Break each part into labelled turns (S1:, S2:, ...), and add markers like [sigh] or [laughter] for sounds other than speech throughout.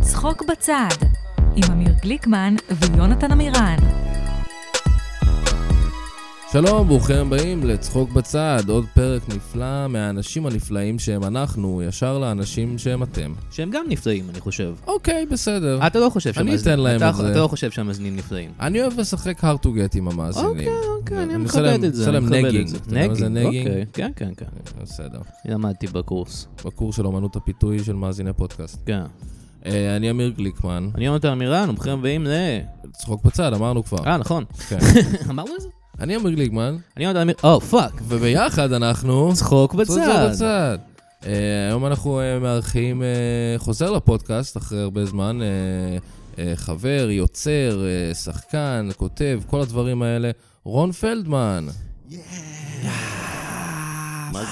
S1: צחוק בצד, עם אמיר גליקמן ויונתן עמירן.
S2: שלום, ברוכים הבאים לצחוק בצד, עוד פרק נפלא מהאנשים הנפלאים שהם אנחנו, ישר לאנשים שהם אתם.
S3: שהם גם נפלאים, אני חושב.
S2: אוקיי, בסדר.
S3: אתה לא חושב
S2: אני
S3: שהמאזינים...
S2: אתן להם
S3: אתה-
S2: את זה.
S3: אתה לא חושב שהמאזינים נפלאים.
S2: אני אוהב לשחק hard to get עם המאזינים.
S3: אוקיי, אוקיי, אני
S2: עושה
S3: מכבד
S2: להם-
S3: את זה.
S2: עושה
S3: אני
S2: להם
S3: מכבד את
S2: נגינג.
S3: זה.
S2: אתה יודע מה זה נגינג?
S3: אוקיי, כן, כן, כן.
S2: בסדר.
S3: למדתי בקורס.
S2: בקורס של אמנות הפיתוי של מאזיני פודקאסט.
S3: כן.
S2: אה, אני אמיר גליקמן,
S3: אני יונתן עמירן, ובכם הבאים ל...
S2: צחוק בצד, אמרנו כבר.
S3: אה, נכון. [laughs]
S2: כן.
S3: אמרנו את זה?
S2: אני אמיר גליקמן,
S3: אני יונתן עמיר... או, פאק.
S2: וביחד אנחנו...
S3: צחוק
S2: חוזר
S3: בצד.
S2: בצד. אה, היום אנחנו אה, מארחים אה, חוזר לפודקאסט אחרי הרבה זמן. אה, אה, חבר, יוצר, אה, שחקן, כותב, כל הדברים האלה. רון פלדמן.
S4: מה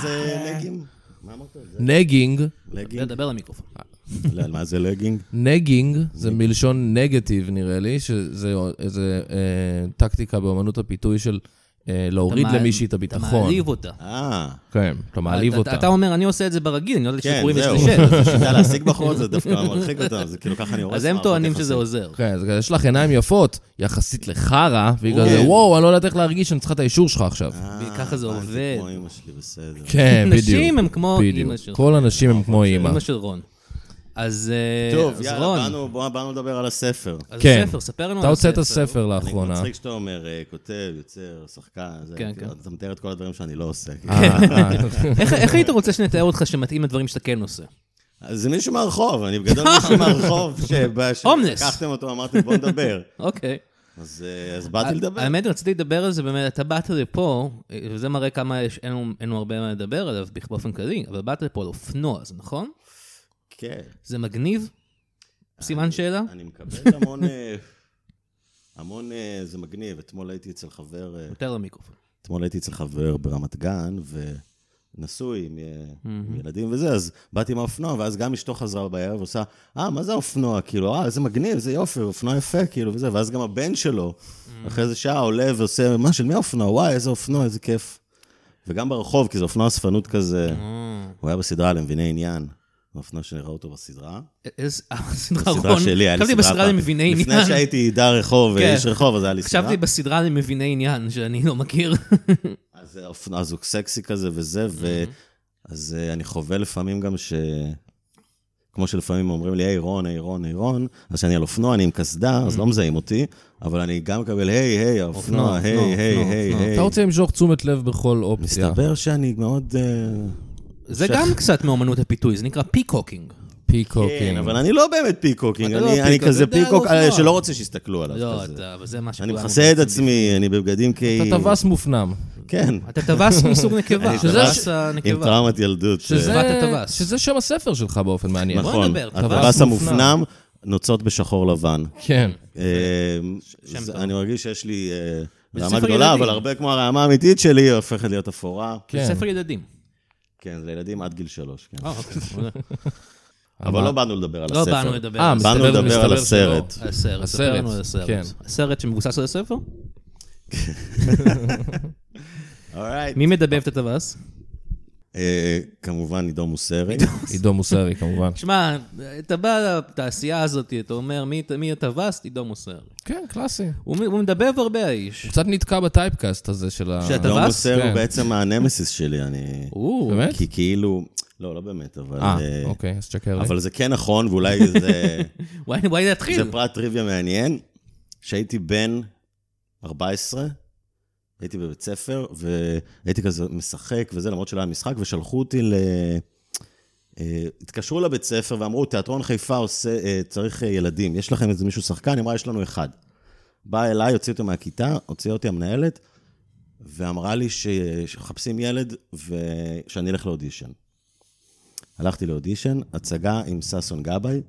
S4: זה
S2: אה.
S4: לגינג? מה אמרת? זה
S2: נגינג,
S4: לגינג?
S3: דבר למיקרופון.
S4: לא, מה זה לגינג?
S2: נגינג זה מלשון נגטיב נראה לי, שזה איזה אה, טקטיקה באמנות הפיתוי של אה, להוריד
S3: אתה מעל-
S2: למישהי את
S3: אתה
S2: הביטחון.
S3: מעליב אותה.
S4: אה,
S2: כן, אתה מעליב
S3: אתה-
S2: אותה.
S3: אתה אומר, אני עושה את זה ברגיל, אני לא יודע
S4: כן,
S3: שקוראים
S4: זהו.
S3: לזה שם.
S4: זו [laughs] שיטה להשיג בחורות, זה דווקא מרחיק אותם, זה כאילו ככה אני הורס.
S3: אז הם
S4: מערכות
S3: טוענים
S4: יחסים.
S3: שזה עוזר.
S2: כן, אז יש לך עיניים יפות, יחסית לחרא, והיא
S3: אוקיי.
S2: כזה,
S4: כן.
S2: וואו, אני לא יודעת איך להרגיש, אני צריכה את האישור שלך עכשיו.
S4: אה,
S3: ככה זה
S4: הבנתי,
S3: עובד.
S4: כמו אמא שלי, בסדר.
S2: כן, בדיוק.
S3: [laughs] נשים הם כמו
S2: בדיוק.
S3: אמא שלך. נכון,
S2: כל הנשים הם כמו אימא.
S3: אמא של רון. אז אה,
S4: טוב,
S3: אז
S4: יאללה,
S3: רון.
S4: באנו- בוא- באנו לדבר על הספר.
S3: אז
S2: כן.
S3: הספר, ספר לנו
S2: אתה
S3: על
S2: הוצאת
S3: הספר.
S2: ספר
S4: אני כבר
S2: לאחרונה.
S4: מצחיק שאתה אומר, אה, כותב, יוצר, שחקן, זה,
S3: כן,
S4: אתה-
S3: כן.
S4: אתה מתאר את כל הדברים שאני לא עושה.
S2: אה, אה,
S3: איך- איך היית רוצה שנתאר אותך שמתאים לדברים שאתה כן עושה?
S4: אז זה מישהו מהרחוב, אני בגדול
S3: [laughs]
S4: מישהו מהרחוב, שבא-
S3: הומלס.
S4: שלקחתם אותו, אמרתם בוא נדבר.
S3: אוקיי.
S4: אז אה, אז באתי לדבר.
S3: האמת, רציתי לדבר על זה באמת, אתה באת לפה, אה, וזה מראה כמה יש- אין לנו- אין לנו הרבה מה לדבר עליו בכ- באופן כללי, אבל באת לפה על אופנוע, זה נכון?
S4: כן.
S3: זה מגניב? סימן שאלה?
S4: אני מקבל המון, אה, המון, אה, זה מגניב. אתמול הייתי אצל חבר, אה,
S3: יותר למיקרופון.
S4: אתמול הייתי אצל חבר ברמת גן, ונשוי עם, אה, עם ילדים וזה, אז באתי עם האופנוע, ואז גם אשתו חזרה בערב, עושה, אה, מה זה האופנוע? כאילו, אה, איזה מגניב, זה יופי, אופנוע יפה, כאילו, וזה, ואז גם הבן שלו, אחרי איזה שעה עולה ועושה, מה, של מי האופנוע? וואי, איזה אופנוע, איזה כיף. וגם ברחוב, כי זה אופנוע אספנות כזה, הוא היה בסדרה למביני עניין. זה אופנוע שנראה אותו בסדרה.
S3: א- איזה- הסדרה
S4: בסדרה
S3: רון.
S4: שלי, היה לי
S3: אה, חשבתי
S4: סדרה.
S3: בסדרה
S4: פעם.
S3: למביני עניין. [laughs]
S4: לפני שהייתי ידע רחוב,
S3: כן.
S4: איש רחוב, אז היה לי סדרה.
S3: חשבתי בסדרה למביני עניין, שאני לא
S4: [laughs]
S3: מכיר.
S4: אז האופנוע הזוג סקסי כזה וזה, ו...
S3: Mm-hmm.
S4: אז אה, אני חווה לפעמים גם ש... כמו שלפעמים אומרים לי, היי רון, היי רון, היי רון, אז שאני על אופנוע, אני עם קסדה, אז לא מזהים אותי, אבל אני גם מקבל, היי, היי, האופנוע,
S3: Mm-hmm. אופנוע,
S4: היי,
S3: אופנוע,
S4: היי,
S3: אופנוע,
S4: היי,
S3: אופנוע."
S4: היי.
S2: אתה רוצה למשוך תשומת לב בכל אופציה.
S4: מסתבר שאני מאוד... אה,
S3: זה גם קצת מאומנות הפיתוי, זה נקרא פיקוקינג.
S2: פיקוקים.
S4: אבל אני לא באמת פיקוקינג,
S3: אתה לא
S4: אני אני
S3: פיקוק,
S4: כזה
S3: אתה יודע,
S4: פיקוק
S3: על
S4: אה,
S3: אופנוע.
S4: שלא רוצה שיסתכלו עליו.
S3: לא,
S4: כזה.
S3: אתה- אבל זה מה
S4: אני
S3: שכולנו
S4: מכסה את עצמי, אני בבגדים
S2: אתה
S4: כי...
S2: טווס מופנם.
S4: כן,
S3: אתה טווס מסוג נקבה,
S4: [laughs] אני
S3: אתה
S4: טווס
S3: טווס הנקבה.
S4: עם טראומת ילדות. אה,
S2: שזה-
S3: שפת הטווס.
S2: שזה שם הספר שלך באופן מעניין.
S3: נכון. נדבר, טווס
S4: הטווס
S2: מופנם.
S4: המופנם, נוצות בשחור לבן.
S2: כן.
S4: אה,
S3: שם
S4: זה-
S3: טוב.
S4: אני מרגיש שיש לי אה,
S3: וזה
S4: רמה
S3: ספר
S4: גדולה,
S3: ילדים.
S4: אבל הרבה כמו הרמה האמיתית שלי, הופכת להיות אפורה.
S3: זה
S2: כן.
S3: ספר ילדים.
S4: כן, זה ילדים עד גיל שלוש, כן.
S3: אה, אוקיי, מעולה.
S4: אבל לא באנו לדבר על
S3: לא
S4: הספר.
S3: באנו לדבר
S2: אה,
S3: על הסרט.
S4: באנו
S2: מסתבר-
S4: לדבר
S2: מסתבר
S4: על
S2: שלא.
S4: הסרט.
S3: הסרט, ספר
S2: הסרט,
S3: לנו על הסרט.
S2: כן.
S3: הסרט שמבוסס על הספר?
S4: אורייט.
S3: מי מדבב את הטווס?
S4: אה, כמובן, עידו מוסרי.
S2: עידו מוסרי כמובן.
S3: תשמע, אתה בא לתעשייה הזאת, אתה אומר, "מי- מי הטווס? עידו מוסר.
S2: כן, קלאסי.
S3: הוא מ- הוא מדבב הרבה האיש.
S2: הוא קצת נתקע בטייפקאסט הזה של ה...
S3: שאתה-
S4: אה, עידו
S3: הטווס?
S4: מוסרי
S2: כן.
S4: הוא בעצם הנמסיס שלי, אני...
S3: או,
S2: באמת?
S4: כי כאילו... לא, לא באמת, אבל...
S2: אה,
S4: אה,
S2: אוקיי, אז תשקר לי.
S4: אבל זה כן נכון, ואולי זה...
S3: וואי, וואי, להתחיל.
S4: זה פרט טריוויה מעניין, שהייתי בן 14, הייתי בבית ספר, והייתי כזה משחק וזה, למרות שלא היה משחק, ושלחו אותי ל... אה, התקשרו לבית ספר ואמרו, תיאטרון חיפה עושה, אה, צריך אה, ילדים, יש לכם איזה מישהו שחקן? היא אמרה, יש לנו אחד. באה אליי, הוציאה אותי מהכיתה, הוציאה אותי המנהלת, ואמרה לי ש- שמחפשים ילד ושאני אלך לאודישן. הלכתי לאודישן, הצגה עם ששון גבאי,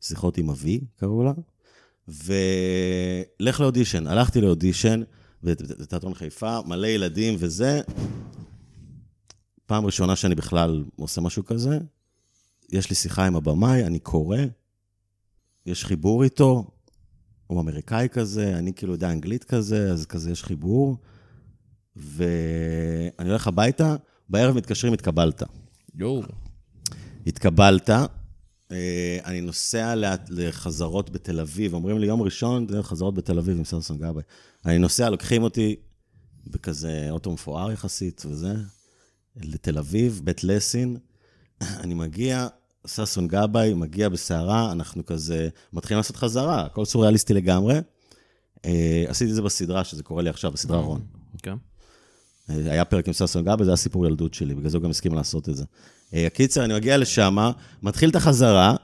S4: שיחות עם אבי, קראו לה, ולך לאודישן. הלכתי לאודישן בתיאטרון חיפה, מלא ילדים וזה. פעם ראשונה שאני בכלל עושה משהו כזה. יש לי שיחה עם הבמאי, אני קורא, יש חיבור איתו, הוא אמריקאי כזה, אני כאילו יודע אנגלית כזה, אז כזה יש חיבור. ואני הולך הביתה, בערב מתקשרים, התקבלת.
S2: יואו.
S4: התקבלת, אה, אני נוסע לה- לחזרות בתל אביב, אומרים לי, יום ראשון, זה חזרות בתל אביב עם סרסון גבאי. אני נוסע, לוקחים אותי בכזה אוטו מפואר יחסית וזה, לתל אביב, בית לסין. [clears throat] אני מגיע, ששון גבאי מגיע בסערה, אנחנו כזה מתחילים לעשות חזרה, הכל סוריאליסטי לגמרי. אה, עשיתי את זה בסדרה, שזה קורה לי עכשיו, בסדרה רון.
S3: כן.
S4: היה פרק עם ששון גבי, זה היה סיפור ילדות שלי, בגלל זה הוא גם הסכים לעשות את זה. אה, הקיצר, אני מגיע לשם, מתחיל את החזרה,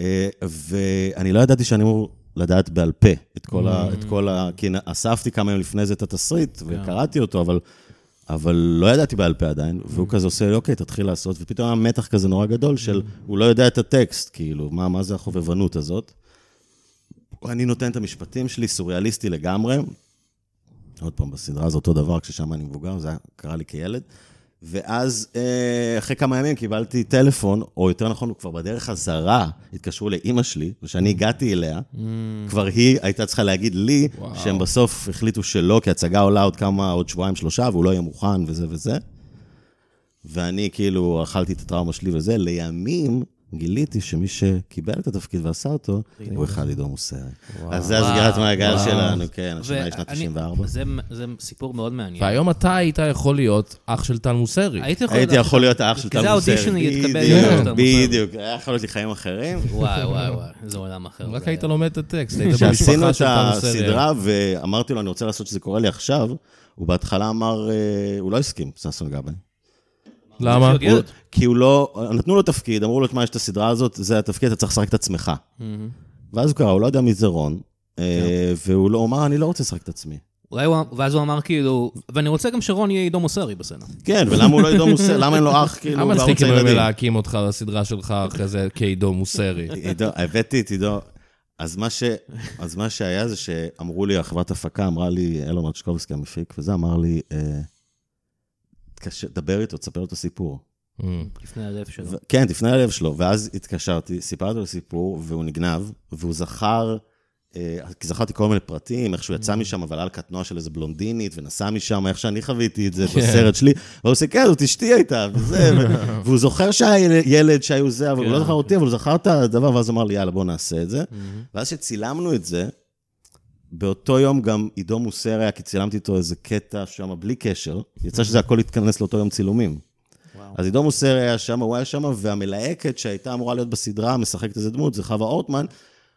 S4: אה, ואני לא ידעתי שאני אמור לדעת בעל פה את כל ה... את כל ה... כי נ- אספתי כמה ימים לפני זה את התסריט, וקראתי אותו, אבל... אבל לא ידעתי בעל פה עדיין, והוא כזה עושה לי, אוקיי, תתחיל לעשות, ופתאום היה מתח כזה נורא גדול של, הוא לא יודע את הטקסט, כאילו, מה, מה זה החובבנות הזאת? אני נותן את המשפטים שלי, סוריאליסטי לגמרי, עוד פעם, בסדרה זה אותו דבר, כששם אני מבוגר, זה היה- קרה לי כילד. ואז אה, אחרי כמה ימים קיבלתי טלפון, או יותר נכון, הוא כבר בדרך חזרה, התקשרו לאימא שלי, וכשאני הגעתי אליה, כבר היא הייתה צריכה להגיד לי,
S2: וואו.
S4: שהם בסוף החליטו שלא, כי הצגה עולה עוד כמה, עוד שבועיים, שלושה, והוא לא יהיה מוכן וזה וזה. ואני כאילו אכלתי את הטראומה שלי וזה, לימים גיליתי שמי שקיבל את התפקיד ועשה אותו, הוא אחד עידו מוסרי. אז זה הסגירת מעגל שלנו, כן, השנה היא שנת
S3: ואני-
S4: 94.
S3: זה- זה סיפור מאוד מעניין.
S2: והיום אתה היית יכול להיות אח של טל מוסרי.
S3: הייתי יכול
S4: הייתי
S3: לדעת-
S4: יכול להיות האח של
S3: כזה
S4: תמוסר.
S3: האודישן יתקבל
S2: להיות
S4: בדיוק,
S3: תמוסר.
S4: בדיוק, היה יכול להיות לי חיים אחרים.
S3: וואי, וואי, וואי, זה עולם אחר.
S2: רק
S3: זה-
S2: היית לומד את הטקסט, היית
S4: כשעשינו
S2: במשפחה
S4: את
S2: של טל מוסרי. אה?
S4: הסדרה ואמרתי לו, אני רוצה לעשות שזה קורה לי עכשיו, הוא בהתחלה אמר, אה, הוא לא הסכים, ששון גבאי.
S2: למה?
S3: שיגיע
S4: הוא- כי הוא לא, נתנו לו תפקיד, אמרו לו, תשמע, יש את הסדרה הזאת, זה התפקיד, אתה צריך לשחק את עצמך.
S3: מהמם.
S4: ואז הוא קרא, הוא לא יודע מי זה רון,
S2: כן.
S4: אה, והוא לא, הוא אמר, אני לא רוצה לשחק את עצמי.
S3: אולי הוא- ואז הוא אמר כאילו, ואני רוצה גם שרון יהיה עידו מוסרי בסצנה.
S4: כן, ולמה הוא לא ידעו מוסר, למה אין לו אח, כאילו,
S2: היה
S4: הוא
S2: מצחיק
S4: בערוץ
S2: אם הם
S4: הילדים.
S2: מלהקים אותך לסדרה שלך אחרי זה כעידו
S4: [laughs]
S2: מוסרי.
S4: עידו, הבאתי את עידו. אז מה, ש... אז מה שהיה זה שאמרו לי, החברת הפקה אמרה לי, אלון רצ'קובסקי המפיק, וזה אמר לי, אה, תקשר, דבר איתו, תספר לו את הסיפור.
S2: Mm.
S3: לפני הלב שלו.
S4: ו- כן, תפנה ללב שלו. ואז התקשרתי, סיפרתי לו סיפור, והוא נגנב, והוא זכר, אה, כי זכרתי כל מיני פרטים, איך שהוא יצא
S3: Mm-hmm.
S4: משם, אבל היה על קטנוע של איזה בלונדינית, ונסע משם, איך שאני חוויתי את זה
S3: כן.
S4: בסרט שלי. והוא עושה, כן, זאת אשתי הייתה, וזה,
S3: [laughs]
S4: ו- והוא זוכר שהיה ילד שהיו זה, אבל הוא לא
S3: כן.
S4: זכר אותי, אבל הוא זכר את הדבר, ואז אמר לי, יאללה, בוא נעשה את זה.
S3: Mm-hmm.
S4: ואז שצילמנו את זה, באותו יום גם עידו מוסר היה, כי צילמתי איתו איזה קטע שם, בלי קשר. יצא שזה הכל התכנס לאותו יום צילומים. אז עידו מוסר היה שם, הוא היה שם, והמלהקת שהייתה אמורה להיות בסדרה, משחקת איזה דמות, זה חווה אורטמן,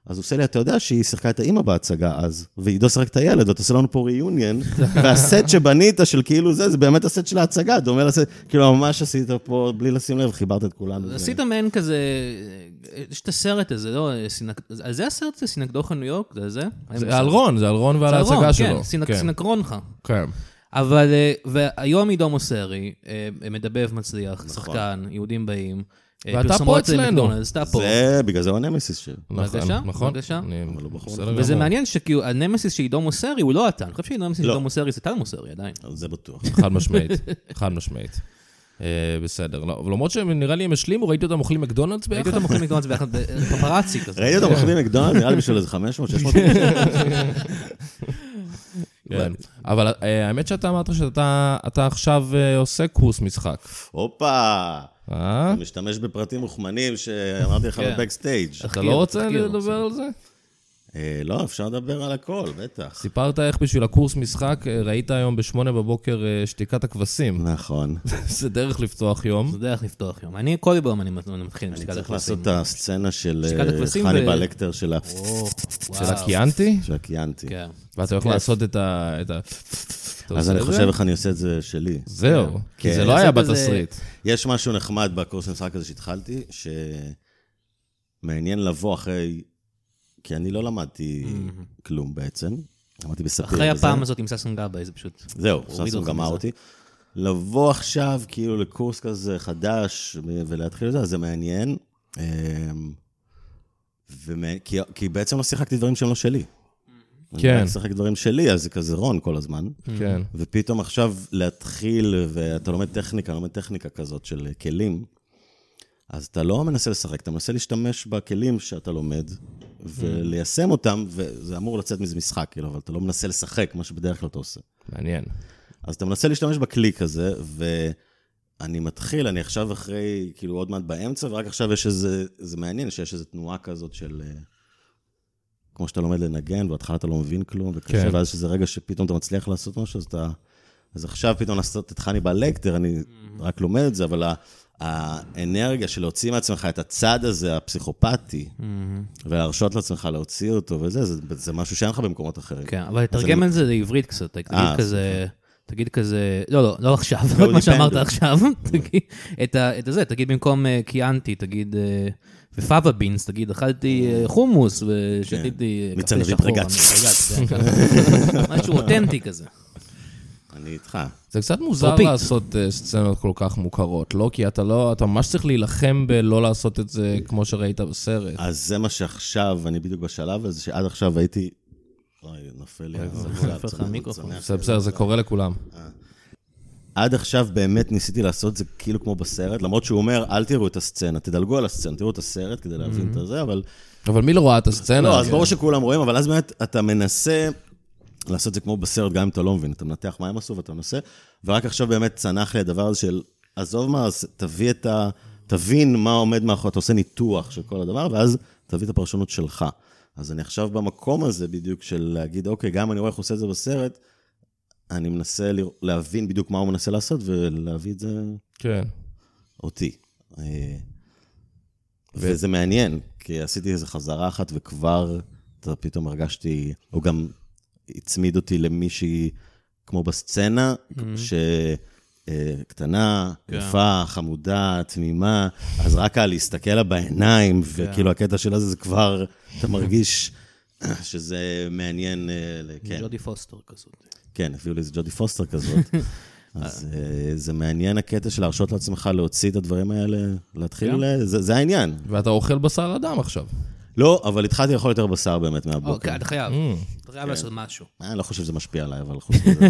S4: אז הוא עושה לי, אתה יודע שהיא שיחקה את האימא בהצגה אז, ועידו שיחק את הילד, ואתה עושה לנו פה ריאיוניון,
S3: [laughs]
S4: והסט שבנית של כאילו זה, זה באמת הסט של ההצגה, דומה לסט, כאילו ממש עשית פה, בלי לשים לב, חיברת את כולנו. זה-
S3: עשית מעין כזה, יש את הסרט הזה, לא? סינק- על זה הסרט הזה, סינקדוחה ניו יורק? זה על זה?
S2: זה על רון, זה על רון ועל
S3: זה על רון,
S2: ההצגה שלו.
S3: כן, סינק- סינקרונך.
S2: כן.
S3: אבל, אה, והיום עידו מוסרי, אה, מדבב מצליח,
S4: נכון.
S3: שחקן, יהודים באים. אה,
S2: ואתה פה
S3: פרסומות, אה,
S2: אצלנו.
S3: מקדונלדס, אתה פה.
S4: זה, בגלל זה הוא הנמסיס שלי.
S2: נכון,
S3: בבקשה,
S2: נכון.
S3: בבקשה.
S2: אני-
S4: אבל הוא בחור
S2: בסדר
S4: נחמד.
S3: וזה
S2: גמור.
S3: מעניין שכאילו, הנמסיס של עידו מוסרי הוא לא אתה. אני חושב שהנמסיס של
S4: לא.
S3: עידו מוסרי זה טל מוסרי עדיין.
S4: זה בטוח.
S2: חד
S3: [laughs]
S2: משמעית, חד משמעית. אה, בסדר, לא, אבל למרות שהם נראה לי הם השלימו, ראיתי אותם אוכלים מקדונלדס
S3: ראיתי
S2: ביחד.
S3: אותם אוכלים מקדונלדס ביחד, ב- פפראצי כזה.
S4: ראיתי אותו מחליט מקדונלד, נראה לי בשביל איזה
S3: [laughs]
S4: 500, 600.
S2: כן. אבל אה, האמת שאתה אמרת שאתה אתה עכשיו אה, עושה קורס משחק.
S4: הופה!
S2: אה?
S4: אתה משתמש בפרטים מוכמנים שאמרתי לך
S3: כן.
S4: בבקסטייג'.
S2: אתה
S3: תחקיר,
S2: לא רוצה
S3: תחקיר,
S2: לדבר על זה?
S4: אה, לא, אפשר לדבר על הכל, בטח.
S2: סיפרת איך בשביל הקורס משחק אה, ראית היום בשמונה בבוקר אה, שתיקת
S4: [laughs]
S2: הכבשים.
S4: נכון.
S2: זה דרך לפתוח יום.
S3: זו דרך לפתוח יום. אני כל יום אני מת- אני מתחיל עם
S4: אני
S3: שתיקת
S4: צריך לעשות
S3: הכבשים.
S4: את הסצנה של
S3: שתיקת
S4: אה,
S3: הכבשים
S4: חניבה
S3: ו-
S4: לקטר של ה...
S3: או, וואו.
S2: של הקיאנטי?
S4: של הקיאנטי.
S3: כן.
S2: ואתה הולך
S3: כיף.
S2: לעשות את ה... את ה- אתה
S4: אז
S2: עושה
S4: אני
S2: את זה?
S4: חושב איך אני עושה את זה שלי.
S2: זהו, כי
S4: כן.
S2: זה לא
S3: זה
S2: היה
S3: כזה-
S2: בתסריט.
S4: יש משהו נחמד בקורס המשחק הזה שהתחלתי, שמעניין לבוא אחרי... כי אני לא למדתי כלום בעצם. למדתי בספיר.
S3: אחרי
S4: וזה.
S3: הפעם הזאת עם ששון גבאי, זה פשוט...
S4: זהו,
S3: הורידו
S4: ששון
S3: אותך
S4: גמר
S3: מזה.
S4: אותי. לבוא עכשיו כאילו לקורס כזה חדש ולהתחיל את זה, אז זה מעניין. אמ, ומע- כי- כי בעצם לא שיחקתי דברים שהם לא שלי.
S2: כן.
S4: אני רק שיחק דברים שלי, אז זה כזה רון כל הזמן.
S2: כן.
S4: ופתאום עכשיו להתחיל, ואתה לומד טכניקה, לומד טכניקה כזאת של כלים, אז אתה לא מנסה לשחק, אתה מנסה להשתמש בכלים שאתה לומד, וליישם אותם, וזה אמור לצאת מזה משחק, כאילו, אבל אתה לא מנסה לשחק, מה שבדרך כלל אתה עושה.
S2: מעניין.
S4: אז אתה מנסה להשתמש בכלי כזה, אני מתחיל, אני עכשיו אחרי, כאילו עוד מעט באמצע, ורק עכשיו יש איזה, זה מעניין שיש איזו תנועה כזאת של... אה, כמו שאתה לומד לנגן, בהתחלה אתה לא מבין כלום, וקשה,
S2: כן.
S4: ואז שזה רגע שפתאום אתה מצליח לעשות משהו, אז אתה... אז עכשיו פתאום לעשות את חני בלקטר, אני רק לומד את זה, אבל ה- האנרגיה של להוציא מעצמך את הצד הזה, הפסיכופתי, Mm-hmm. ולהרשות לעצמך להוציא אותו וזה, זה, זה משהו שאין לך במקומות אחרים.
S3: כן, אבל תתרגם
S4: אני-
S3: את זה לעברית קצת, תגיד
S4: אה,
S3: כזה, תגיד כזה, לא, לא, לא עכשיו, לא את [laughs] מה שאמרת עכשיו, תגיד את ה- את הזה, תגיד במקום אה, קיאנטי, תגיד, אה, ופאבה בינס, תגיד, אכלתי
S4: Mm.
S3: אה, חומוס
S4: כן.
S3: ושתיתי אה, קפה
S4: מצנבים
S3: שחור,
S4: פרגץ.
S3: אני פרגץ,
S4: [laughs]
S3: כן. משהו אותנטי כזה.
S4: אני איתך.
S2: זה קצת מוזר
S3: טרופית.
S2: לעשות אה, סצנות כל כך מוכרות, לא? כי אתה לא, אתה ממש צריך להילחם בלא לעשות את זה כמו שראית בסרט.
S4: אז זה מה שעכשיו, אני בדיוק בשלב הזה, שעד עכשיו הייתי... אוי, נופל לי
S3: נופל לך המיקרופון.
S2: זה בסדר, זה קורה לכולם.
S4: עד עכשיו באמת ניסיתי לעשות זה כאילו כמו בסרט, למרות שהוא אומר, אל תראו את הסצנה, תדלגו על הסצנה, תראו את הסרט כדי להבין את זה, אבל...
S2: אבל מי לא רואה את הסצנה?
S4: לא, אז
S2: כן.
S4: ברור שכולם רואים, אבל אז באמת אתה מנסה לעשות את זה כמו בסרט, גם אם אתה לא מבין, אתה מנתח מה הם עשו ואתה מנסה, ורק עכשיו באמת צנח לי הדבר הזה של, עזוב מה, אז תביא את ה... תבין מה עומד מאחורי, אתה עושה ניתוח של כל הדבר, ואז תביא את הפרשנות שלך. אז אני עכשיו במקום הזה בדיוק של להגיד, אוקיי, גם אני רואה איך הוא עושה את זה בסרט, אני מנסה לרא- להבין בדיוק מה הוא מנסה לעשות ולהביא את זה
S2: כן.
S4: אותי. אה, וזה מעניין, כי עשיתי איזו חזרה אחת וכבר אתה פתאום הרגשתי, הוא גם הצמיד אותי למישהי כמו בסצנה, ש... אה, קטנה, יפה, חמודה, תמימה, אז רק על להסתכל לה בעיניים, וכאילו הקטע שלה זה זה כבר, אתה מרגיש שזה מעניין, אה, ל- כן.
S3: ג'ודי פוסטר כזאת.
S4: כן, הביאו לי איזה ג'ודי פוסטר
S3: [laughs]
S4: כזאת. אז אה, זה מעניין הקטע של להרשות לעצמך להוציא את הדברים האלה, להתחיל,
S3: כן.
S4: ל- זה זה העניין.
S2: ואתה אוכל בשר אדם עכשיו.
S4: לא, אבל התחלתי לאכול יותר בשר באמת מהבוקר.
S3: אוקיי, אתה חייב, אתה
S4: כן.
S3: חייב לעשות משהו.
S4: אני לא חושב שזה משפיע עליי, אבל חוץ מזה.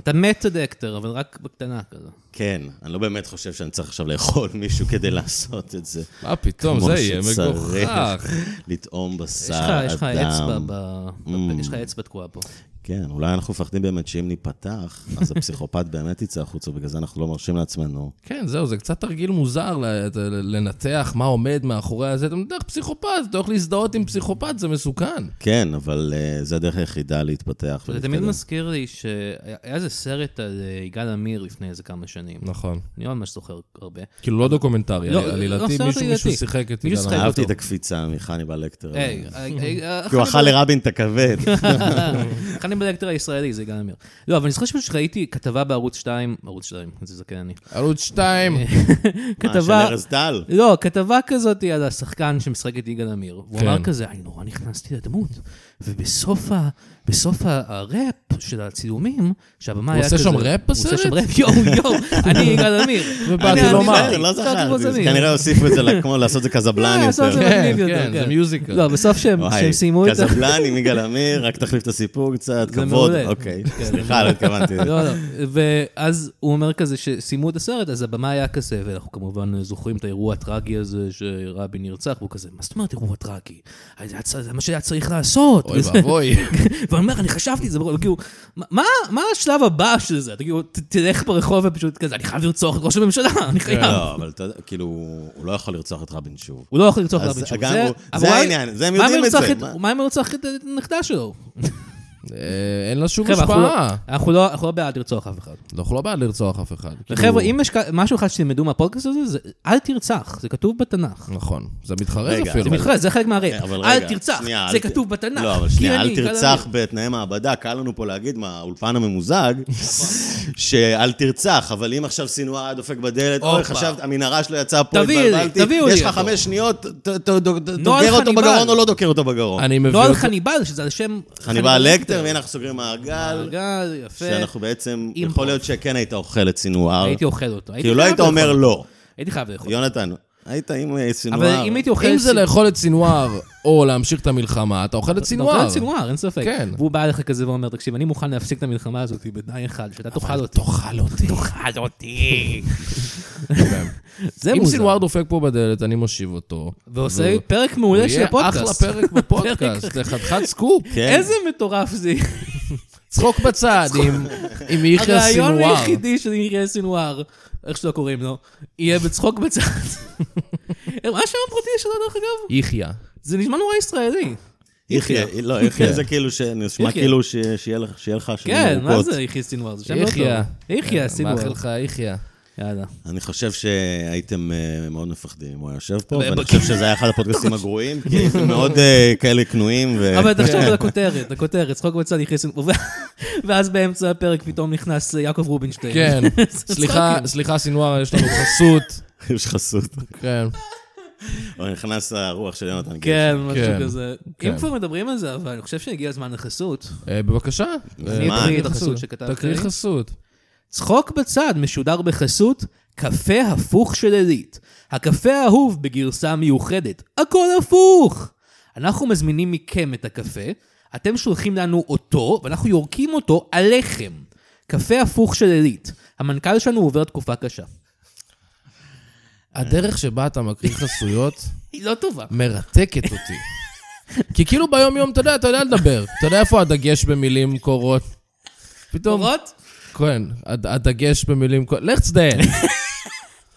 S3: [laughs] אתה מת דקטר, אבל רק בקטנה כזה.
S4: כן, אני לא באמת חושב שאני צריך עכשיו לאכול [laughs] מישהו כדי לעשות את זה.
S2: מה פתאום,
S4: כמו
S2: זה יהיה
S4: שצריך.
S2: מגוחך.
S4: [laughs] לטעום
S3: יש
S4: בשר
S3: לך
S4: אדם. Mm.
S3: יש לך אצבע, ב- בפה, יש לך אצבע תקועה פה.
S4: כן, אולי אנחנו מפחדים באמת שאם ניפתח, אז הפסיכופת [laughs] באמת יצא החוצה, בגלל זה אנחנו לא מרשים לעצמנו.
S2: כן, זהו, זה קצת תרגיל מוזר ל- ל- לנתח מה עומד מאחורי הזה. אתה מנתח פסיכופת, אתה הולך להזדהות עם פסיכופת, זה מסוכן.
S4: כן, אבל אה, זה הדרך היחידה להתפתח
S3: זה תמיד
S4: ולהתקדם.
S3: מזכיר לי שהיה היה איזה סרט על אה, יגאל עמיר לפני איזה כמה שנים.
S2: נכון.
S3: אני לא ממש זוכר הרבה.
S2: כאילו לא דוקומנטרי,
S3: לא,
S2: עליל-
S3: לא
S2: עלילתי,
S3: סרט
S2: מישהו- מישהו
S3: עלילתי.
S2: שיחק את
S3: מישהו
S2: עידן
S3: שיחק
S2: עמיר.
S4: אהבתי את
S3: אותו.
S4: הקפיצה מחניבל לקטר.
S3: היי,
S4: [laughs]
S3: היי, היי,
S4: כי הוא אכל לרבין את הכבד.
S3: [laughs]
S4: אה,
S3: חנין בדירקטור הישראלי, זה יגאל עמיר. לא, אבל אני זוכר שפשוט ראיתי כתבה בערוץ 2, ערוץ 2, איזה זקן אני.
S2: ערוץ 2.
S4: מה, של
S3: כתבה...
S4: ארז טל?
S3: לא, כתבה כזאת על השחקן שמשחק את יגאל עמיר. הוא
S2: כן.
S3: אמר כזה, אני נורא נכנסתי לדמות. ובסוף ה- בסוף ה- הראפ של הצילומים, שהבמה
S2: הוא
S3: היה כזה...
S2: עושה שם ראפ
S3: הוא
S2: בסרט?
S3: עושה שם ראפ, יואו,
S2: [laughs]
S3: יואו, אני יגאל עמיר.
S2: ובאתי
S3: אני-
S2: לומר.
S3: אני-
S4: אני לא
S3: קצת כמו
S4: זכרתי, זה
S3: זמיר.
S4: כנראה הוסיפו את זה, ל- כמו לעשות את זה קזבלן
S3: אה,
S4: יותר.
S3: עשו את זה
S2: כן,
S3: מגניב יותר,
S2: כן, זה מיוזיקל.
S3: לא, בסוף שהם
S4: וואי,
S3: שהם סיימו את ה...
S4: קזבלן עם יגאל עמיר, רק תחליף את הסיפור קצת, כבוד.
S3: מעולה. כן.
S4: אוקיי, סליחה, לא התכוונתי.
S3: לא, לא. ואז הוא אומר כזה שסיימו את הסרט, אז הבמה היה כזה, ואנחנו כמובן זוכרים את האירוע הטרגי הזה שרבין נרצח, והוא כזה, מה זאת אומרת אירוע טרגי? זה היה צ- זה מה שהיה צריך לעשות.
S2: אוי
S3: וזה- [laughs]
S2: ואבוי.
S3: ואני אומר, אני חשבתי את זה, כאילו, מה, מה השלב הבא של זה? אתה כאילו, ת- תלך ברחוב ופשוט כזה, אני חייב לרצוח את ראש הממשלה, [laughs] אני חייב.
S4: לא, אבל אתה יודע, כאילו, הוא לא יכול לרצוח את רבין שוב.
S3: הוא לא יכול לרצוח את
S4: אז
S3: רבין שוב.
S4: גם הוא-
S3: אבל
S4: זה
S3: מה-
S4: העניין, זה הם
S3: מה אם
S4: יודעים את
S3: הוא
S4: זה,
S3: ירצח
S4: מה?
S3: מה אם הוא ירצח את הנכדה שלו?
S2: אה, אין לה שום
S3: חבר'ה, אנחנו לא-
S2: השפעה.
S3: אנחנו לא- אנחנו לא בעד לרצוח אף אחד.
S2: אנחנו לא בעד לרצוח אף אחד. כאילו,
S4: כאילו-
S3: וחבר'ה, אם יש כ- משהו אחד שתלמדו מהפודקאסט הזה, זה אל תרצח, זה כתוב בתנ"ך.
S2: נכון, זה מתחרז
S4: רגע,
S2: אפילו.
S4: כן, אבל- כן,
S3: בכלל, זה חלק מהרעיון.
S4: אבל
S3: אל
S4: רגע,
S3: תרצח,
S4: שנייה,
S3: זה
S4: אל ת-
S3: כתוב בתנ"ך.
S4: לא, אבל שנייה,
S3: כי
S4: אל
S3: אני-
S4: תרצח בתנאי מעבדה, קל לנו פה להגיד מהאולפן הממוזג,
S3: נכון.
S4: שאל תרצח, אבל אם עכשיו סינואר היה דופק בדלת, אוי,
S3: הופה.
S4: חשבת, המנהרה שלו יצאה פה,
S3: תביאו לי,
S4: התבלבלתי,
S3: תביאו לי
S4: יש לך
S3: אותו.
S4: חמש שניות, ת- ת- ת-
S3: נוהל
S4: דוקר אותו
S3: חניבל.
S4: בגרון או לא דוקר אותו בגרון.
S2: אני מביא
S3: נוהל
S2: אותו-
S3: חניבל, שזה לא על שם...
S4: חניבל לקטר, והנה אנחנו סוגרים מעגל,
S3: רגל, יפה.
S4: שאנחנו בעצם,
S3: אימפו.
S4: יכול להיות שכן היית אוכל את סינואר.
S3: הייתי אוכל אותו.
S4: כאילו לא
S3: חייב
S4: היית אומר
S3: לאכול.
S4: לא.
S3: הייתי חייב לאכול.
S4: יונתן, היית עם אה, סינואר.
S3: אבל אם הייתי אוכל...
S2: אם זה
S3: סינ-
S2: לאכול את סינואר או להמשיך את המלחמה, אתה אוכל את
S3: אתה אוכל
S2: סינואר.
S3: את סינואר, אין ספק.
S2: כן.
S3: והוא בא אליך כזה ואומר, תקשיב, אני מוכן להפסיק את המלחמה הזאת בתנאי אחד, שאתה תאכל אותי. תאכל אותי. תאכל
S4: [laughs]
S3: אותי. זה
S2: כן. אם
S3: מוזר.
S2: סינואר דופק פה בדלת, אני מושיב אותו.
S3: ועושה
S2: והוא-
S3: פרק מעולה של הפודקאסט.
S2: יהיה אחלה [laughs]
S3: [laughs]
S2: פרק בפודקאסט, זה חתיכת סקופ.
S4: כן.
S3: איזה מטורף זה.
S2: צחוק בצד עם- עם יחיא
S3: הרעיון
S2: סינואר.
S3: היחידי של יחיא סינואר איך שלא קוראים לו, יהיה בצחוק
S2: [laughs]
S3: בצד. מה השם הפרטי שלו, דרך אגב?
S2: יחיא.
S3: זה נשמע נורא ישראלי.
S4: יחיא, לא, יחיא זה כאילו, ש- נשמע
S3: יחיא.
S4: כאילו ש- שיהיה לך- שיהיה לך
S2: כאילו
S4: שנים
S3: כן, מה
S4: ארוכות.
S3: זה יחיא סינואר? זה שם לא טוב.
S2: יחיא.
S3: יחיא
S2: אה,
S3: סינואר.
S2: מאחל לך יחיא.
S3: יאללה.
S4: אני חושב שהייתם אה, מאוד מפחדים אם הוא היה יושב פה,
S2: אבל-
S4: ואני חושב שזה היה אחד
S3: [laughs]
S4: הפודקאסטים הגרועים, כי הייתם מאוד אה, כאלה כנועים, ו...
S3: אבל
S2: כן.
S3: תחשוב
S4: [laughs]
S3: על הכותרת, הכותרת, צחוק בצד יחיא סינואר. ו- [laughs] ואז באמצע הפרק פתאום נכנס יעקב
S2: [laughs]
S3: רובינשטיין.
S2: כן,
S3: [laughs] זה
S2: סליחה,
S3: צחוקים.
S2: סליחה, סינואר, יש לנו חסות.
S4: יש חסות.
S2: כן.
S4: אבל נכנס הרוח של יונתן.
S3: כן, משהו
S2: כן,
S3: כזה.
S2: כן.
S3: אם כבר מדברים על זה, אבל אני חושב שהגיע הזמן לחסות.
S2: אה, בבקשה.
S4: מה?
S2: אה,
S3: אקריא את החסות שכתבת
S2: תקריא
S3: לי.
S2: חסות.
S3: צחוק בצד משודר בחסות קפה הפוך של עילית. הקפה האהוב בגרסה מיוחדת. הכל הפוך! אנחנו מזמינים מכם את הקפה, אתם שולחים לנו אותו, ואנחנו יורקים אותו עליכם. קפה הפוך של עילית. המנכ"ל שלנו עובר תקופה קשה.
S2: הדרך שבה אתה מקריא [laughs] חסויות
S3: היא לא טובה.
S2: מרתקת אותי. [laughs] כי כאילו ביום-יום, אתה יודע, אתה יודע לדבר. אתה יודע איפה הדגש במילים קורות. פתאום,
S3: טובות?
S2: כן, הד- הדגש במילים קורות. לך תזדיין.